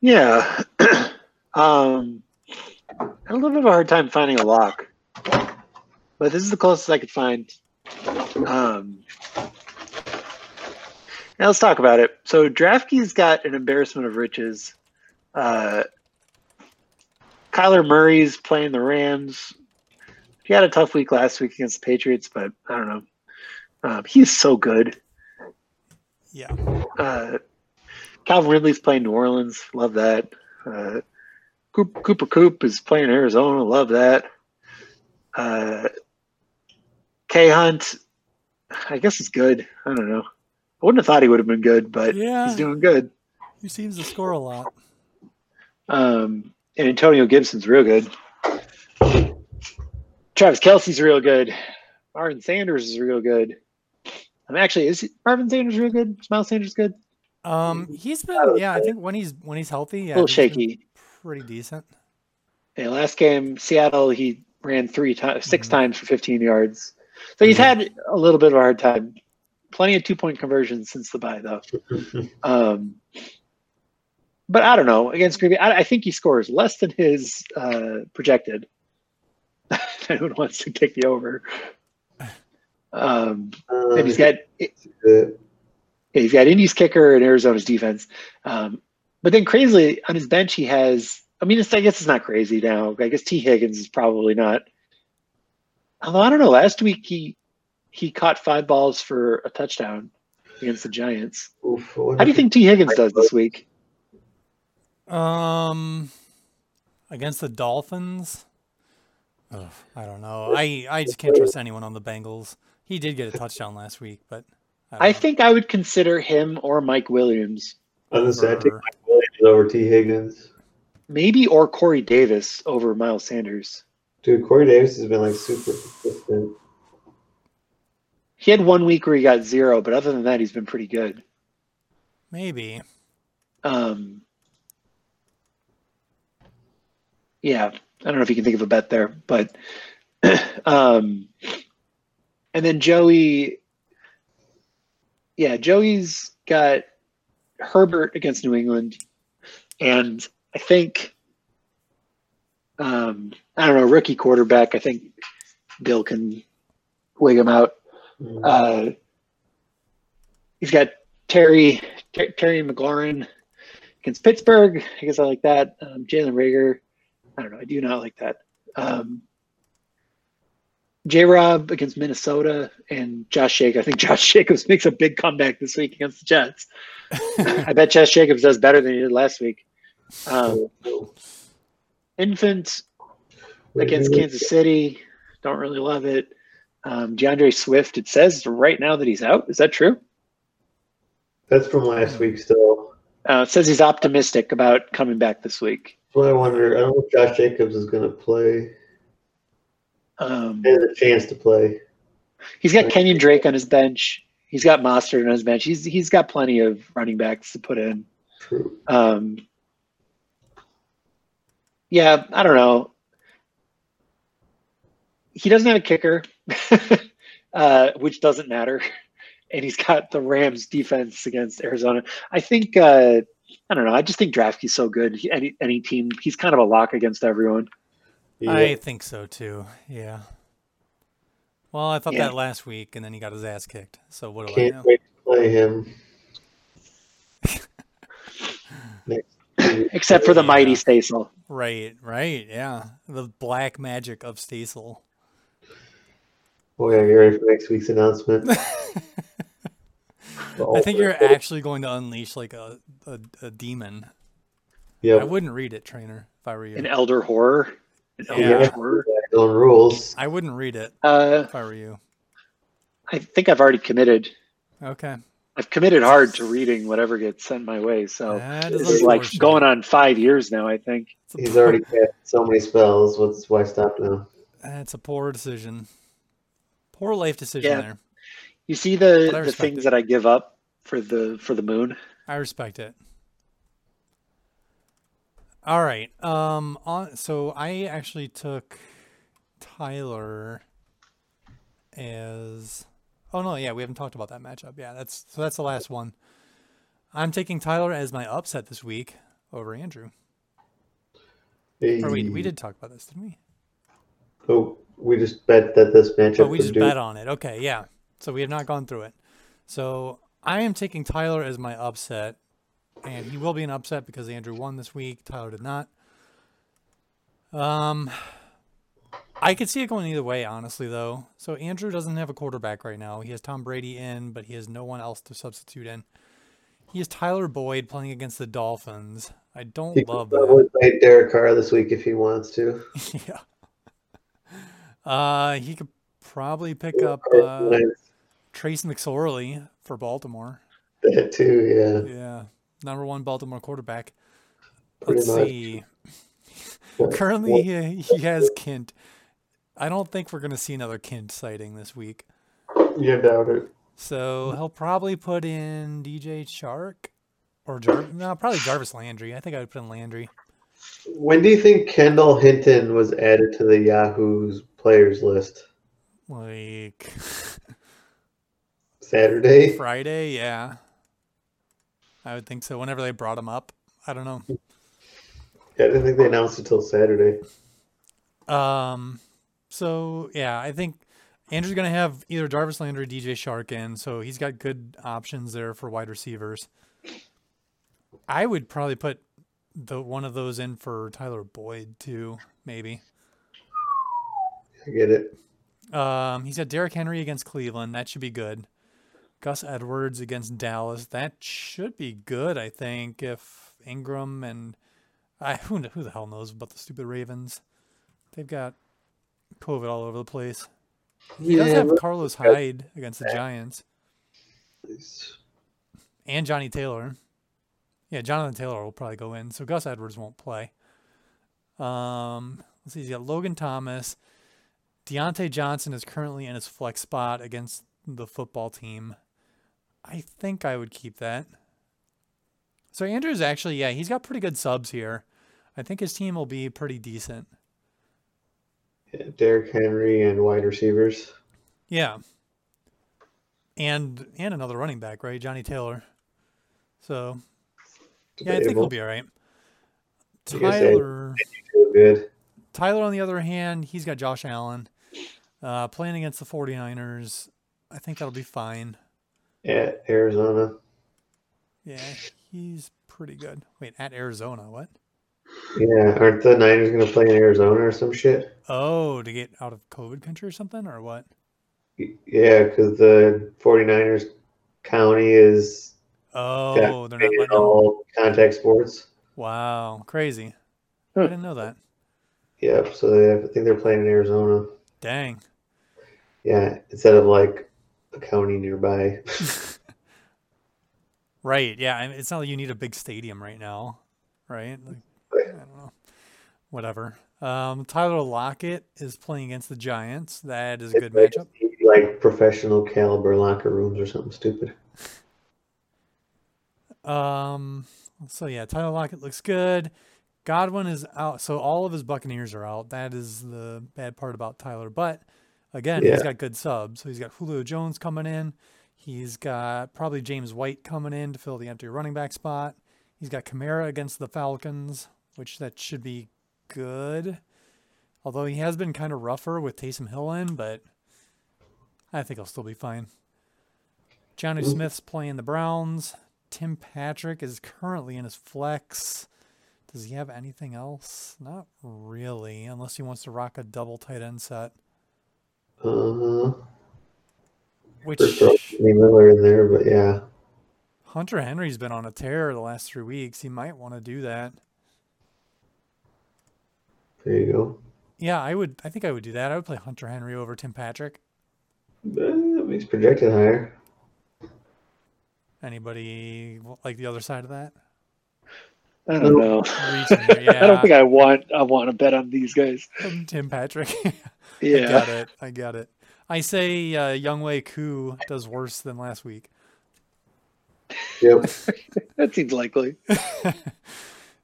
Yeah. *clears throat* um, I had a little bit of a hard time finding a lock, but this is the closest I could find. Um, now let's talk about it. So DraftKings got an embarrassment of riches. Uh, Kyler Murray's playing the Rams. He had a tough week last week against the Patriots, but I don't know. Um, he's so good.
Yeah,
Uh, Calvin Ridley's playing New Orleans. Love that. Uh, Coop, Cooper Coop is playing Arizona. Love that. Uh, K Hunt, I guess is good. I don't know. I wouldn't have thought he would have been good, but
Yeah.
he's doing good.
he seems to score a lot.
Um, and Antonio Gibson's real good. Travis Kelsey's real good. Marvin Sanders is real good. I'm actually is he- Marvin Sanders real good? Is Miles Sanders good?
Um, he's been
would
yeah. I think when he's when he's healthy, yeah,
Oh, a little
he's been
shaky.
pretty decent.
And last game, Seattle, he ran three times, 6 times for 15 yards. So he's had a little bit of a hard time. Plenty of two point conversions since the bye, though. Um, but I don't know against Green Bay. I, I think he scores less than his uh, projected. *laughs* Anyone wants to take the over? Um, and he's got
Uh,
yeah, he's got Indy's kicker and Arizona's defense. Um, but then crazily on his bench, he has. I mean, it's, I guess it's not crazy now. I guess T. Higgins is probably not. Although I don't know. Last week he he caught five balls for a touchdown against the Giants.
Oof, I wonder
How do you
if he-
think T. Higgins does this week?
Um, against the Dolphins, Ugh, I don't know. I I just can't trust anyone on the Bengals. He did get a touchdown last week, but
I
don't
think I would consider him or Mike Williams,
I was gonna say, I take
over-
Mike Williams over T. Higgins.
maybe or Corey Davis over Miles Sanders.
Dude, Corey Davis has been like super consistent.
He had one week where he got zero, but other than that, he's been pretty good.
maybe.
Um, yeah, I don't know if you can think of a bet there, but *clears throat* um, and then Joey, yeah, Joey's got Herbert against New England, and I think um, I don't know rookie quarterback. I think Bill can wig him out. Uh, he's got Terry Ter- Terry McLaurin against Pittsburgh. I guess I like that. Um, Jalen Rager. I don't know. I do not like that. Um, J. Rob against Minnesota and Josh Jacobs. I think *laughs* Josh Jacobs makes a big comeback this week against the Jets. I bet Josh Jacobs does better than he did last week. Um, infant against Kansas City. Don't really love it. Um, DeAndre Swift. It says right now that he's out. Is that true?
That's from last week still.
Uh, it says he's optimistic about coming back this week.
That's what I wonder. I don't know if Josh Jacobs is gonna play.
Um,
He has a chance to play.
he's got Kenyon Drake on his bench. He's got Mostert on his bench. He's he's got plenty of running backs to put in.
True.
Um, yeah, I don't know. He doesn't have a kicker, *laughs* uh, which doesn't matter, *laughs* and he's got the Rams defense against Arizona. I think uh, I don't know. I just think DraftKey's so good. He- Any any team, he's kind of a lock against everyone.
Yeah.
I think so too. Yeah. Well, I thought
Yeah.
that last week, and then he got his ass kicked. So what do I
Can't
know?
wait to play him.
*laughs*
Next week.
Except for the
Yeah.
mighty Stasel.
Right, right, yeah. The black magic of *laughs* Stasel.
Boy, are you ready for next week's announcement?
Oh,
I think you're actually going to unleash like a a, a demon. I
Yep.
wouldn't read it, trainer. If I were you,
An elder horror. An elder
Yeah.
horror.
Own rules.
I wouldn't read it
Uh,
if I were you.
I think I've already committed.
Okay.
I've committed hard to reading whatever gets sent my way. So
That
Oh, this
is
is like
unfortunate.
going on five years now. I think.
It's a
He's
poor-
already got so many spells. What's why stop now?
That's a poor decision. Poor life decision
Yeah.
there.
You see the
But I
the
respect
things
it.
that I give up for the for the moon.
I respect it. All right. Um. On, so I actually took Tyler as. Oh no! Yeah, we haven't talked about that matchup. Yeah, that's so. That's the last one. I'm taking Tyler as my upset this week over Andrew. Or wait,
Mm.
we did talk about this, didn't we?
Oh, we just bet that this matchup.
Oh, we
would
just
do-
bet on it. Okay, yeah. So we have not gone through it. So I am taking Tyler as my upset, and he will be an upset because Andrew won this week. Tyler did not. Um, I could see it going either way, honestly, though. So Andrew doesn't have a quarterback right now. He has Tom Brady in, but he has no one else to substitute in. He has Tyler Boyd playing against the Dolphins. I don't
He
love
could
that.
probably play Derek Carr this week if he wants to.
*laughs* yeah. Uh, he could probably pick up
Or
uh, Trace McSorley for Baltimore.
that too, yeah.
Yeah, number one Baltimore quarterback.
Pretty
Let's
much.
see. Currently, he, he has Kent. I don't think we're gonna see another Kent sighting this week,
You doubt it.
so he'll probably put in DJ Shark or Jar- no, probably Jarvis Landry. I think I would put in Landry.
When do you think Kendall Hinton was added to the Yahoo's players list?
Like
Saturday?
Friday, yeah. I would think so. Whenever they brought him up, I don't know.
I didn't think they announced it till Saturday.
Um, so yeah, I think Andrew's gonna have either Jarvis Landry, or DJ Shark in, so he's got good options there for wide receivers. I would probably put the one of those in for Tyler Boyd too, maybe.
I get it.
Um, he's got Derrick Henry against Cleveland. That should be good. Gus Edwards against Dallas. That should be good, I think. If Ingram and I who kn- who the hell knows about the stupid Ravens? They've got COVID all over the place. He does
Yeah,
have
but-
Carlos Hyde against the
Yeah.
Giants and Johnny Taylor. Yeah, Jonathan Taylor will probably go in, so Gus Edwards won't play. Um, let's see, he's got Logan Thomas. Deontay Johnson is currently in his flex spot against the football team. I think I would keep that. So Andrew's actually, yeah, he's got pretty good subs here. I think his team will be pretty decent.
Yeah, Derrick Henry and wide receivers.
Yeah. And and another running back, right? Johnny Taylor. So yeah, I think he'll
Debatable.
be all right.
I guess I-
Tyler.
Feel good.
Tyler, on the other hand, he's got Josh Allen uh, playing against the 49ers. I think that'll be fine.
At Arizona.
Yeah, he's pretty good. Wait, at Arizona, what?
Yeah, aren't the Niners going to play in Arizona or some shit?
Oh, to get out of COVID country or something, or what?
Y- Yeah, because the 49ers county is
Oh, they're not
banned
letting. Him.
all contact sports.
Wow, crazy! I
Hmm.
Huh.
didn't know that.
Yep, so they, I think they're playing in Arizona.
Dang.
Yeah, instead of like a county nearby.
Right. Yeah. I mean, it's not like you need a big stadium right now, right? Like, I
Right.
don't know. Whatever. Um, Tyler Lockett is playing against the Giants. That
*laughs*
is a good
Like,
matchup.
Like professional caliber locker rooms or something stupid.
Um. So yeah, Tyler Lockett looks good. Godwin is out, so all of his Buccaneers are out. That is the bad part about Tyler. But again, he's
Yeah.
got good subs. So he's got Julio Jones coming in. He's got probably James White coming in to fill the empty running back spot. He's got Kamara against the Falcons, which that should be good. Although he has been kind of rougher with Taysom Hill in, but I think he'll still be fine. Johnny Smith's playing the Browns. Tim Patrick is currently in his flex. Does he have anything else? Not really, unless he wants to rock a double tight end set,
Uh,
which
first throw Anthony Miller in there, but yeah.
Hunter Henry's been on a tear the last three weeks. He might want to do that.
There you go.
Yeah, I would. I think I would do that. I would play Hunter Henry over Tim Patrick.
Eh, He's projected higher.
Anybody w- like the other side of
*laughs*
that?
I don't know. *laughs*
Region here, Yeah.
I don't think I want I want to bet on these guys.
Um, Tim Patrick. *laughs* I
Yeah.
got it. I got it. I say uh, Young Wei Koo does worse than last week. *laughs*
Yep.
That seems likely.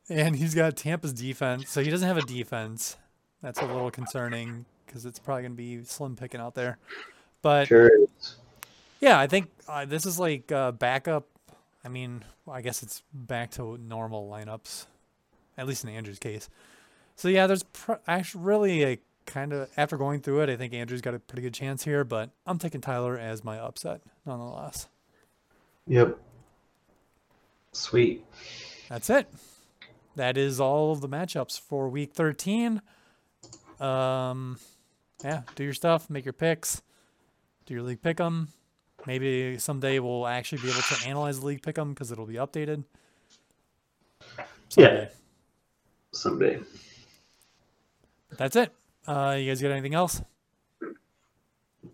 And he's got Tampa's defense, so he doesn't have a defense. That's a little concerning because it's probably going to be slim picking out there. But
Sure is.
yeah, I think uh, this is like uh, backup. I mean, I guess it's back to normal lineups, at least in Andrew's case. So yeah, there's pr- actually really a kind of after going through it, I think Andrew's got a pretty good chance here. But I'm taking Tyler as my upset nonetheless.
Yep. Sweet.
That's it. That is all of the matchups for week 13. Um, yeah, do your stuff, make your picks, do your league pick 'em. Maybe someday we'll actually be able to analyze the league pick 'em because it'll be updated.
Yeah.
Someday.
Someday.
That's it. Uh, you guys got anything else?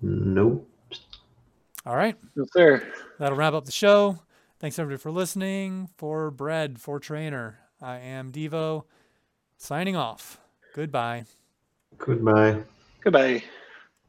Nope.
All right.
Yes, sir.
That'll wrap up the show. Thanks everybody for listening. For Bread, for Trainer, I am Devo signing off. Goodbye.
Goodbye.
Goodbye.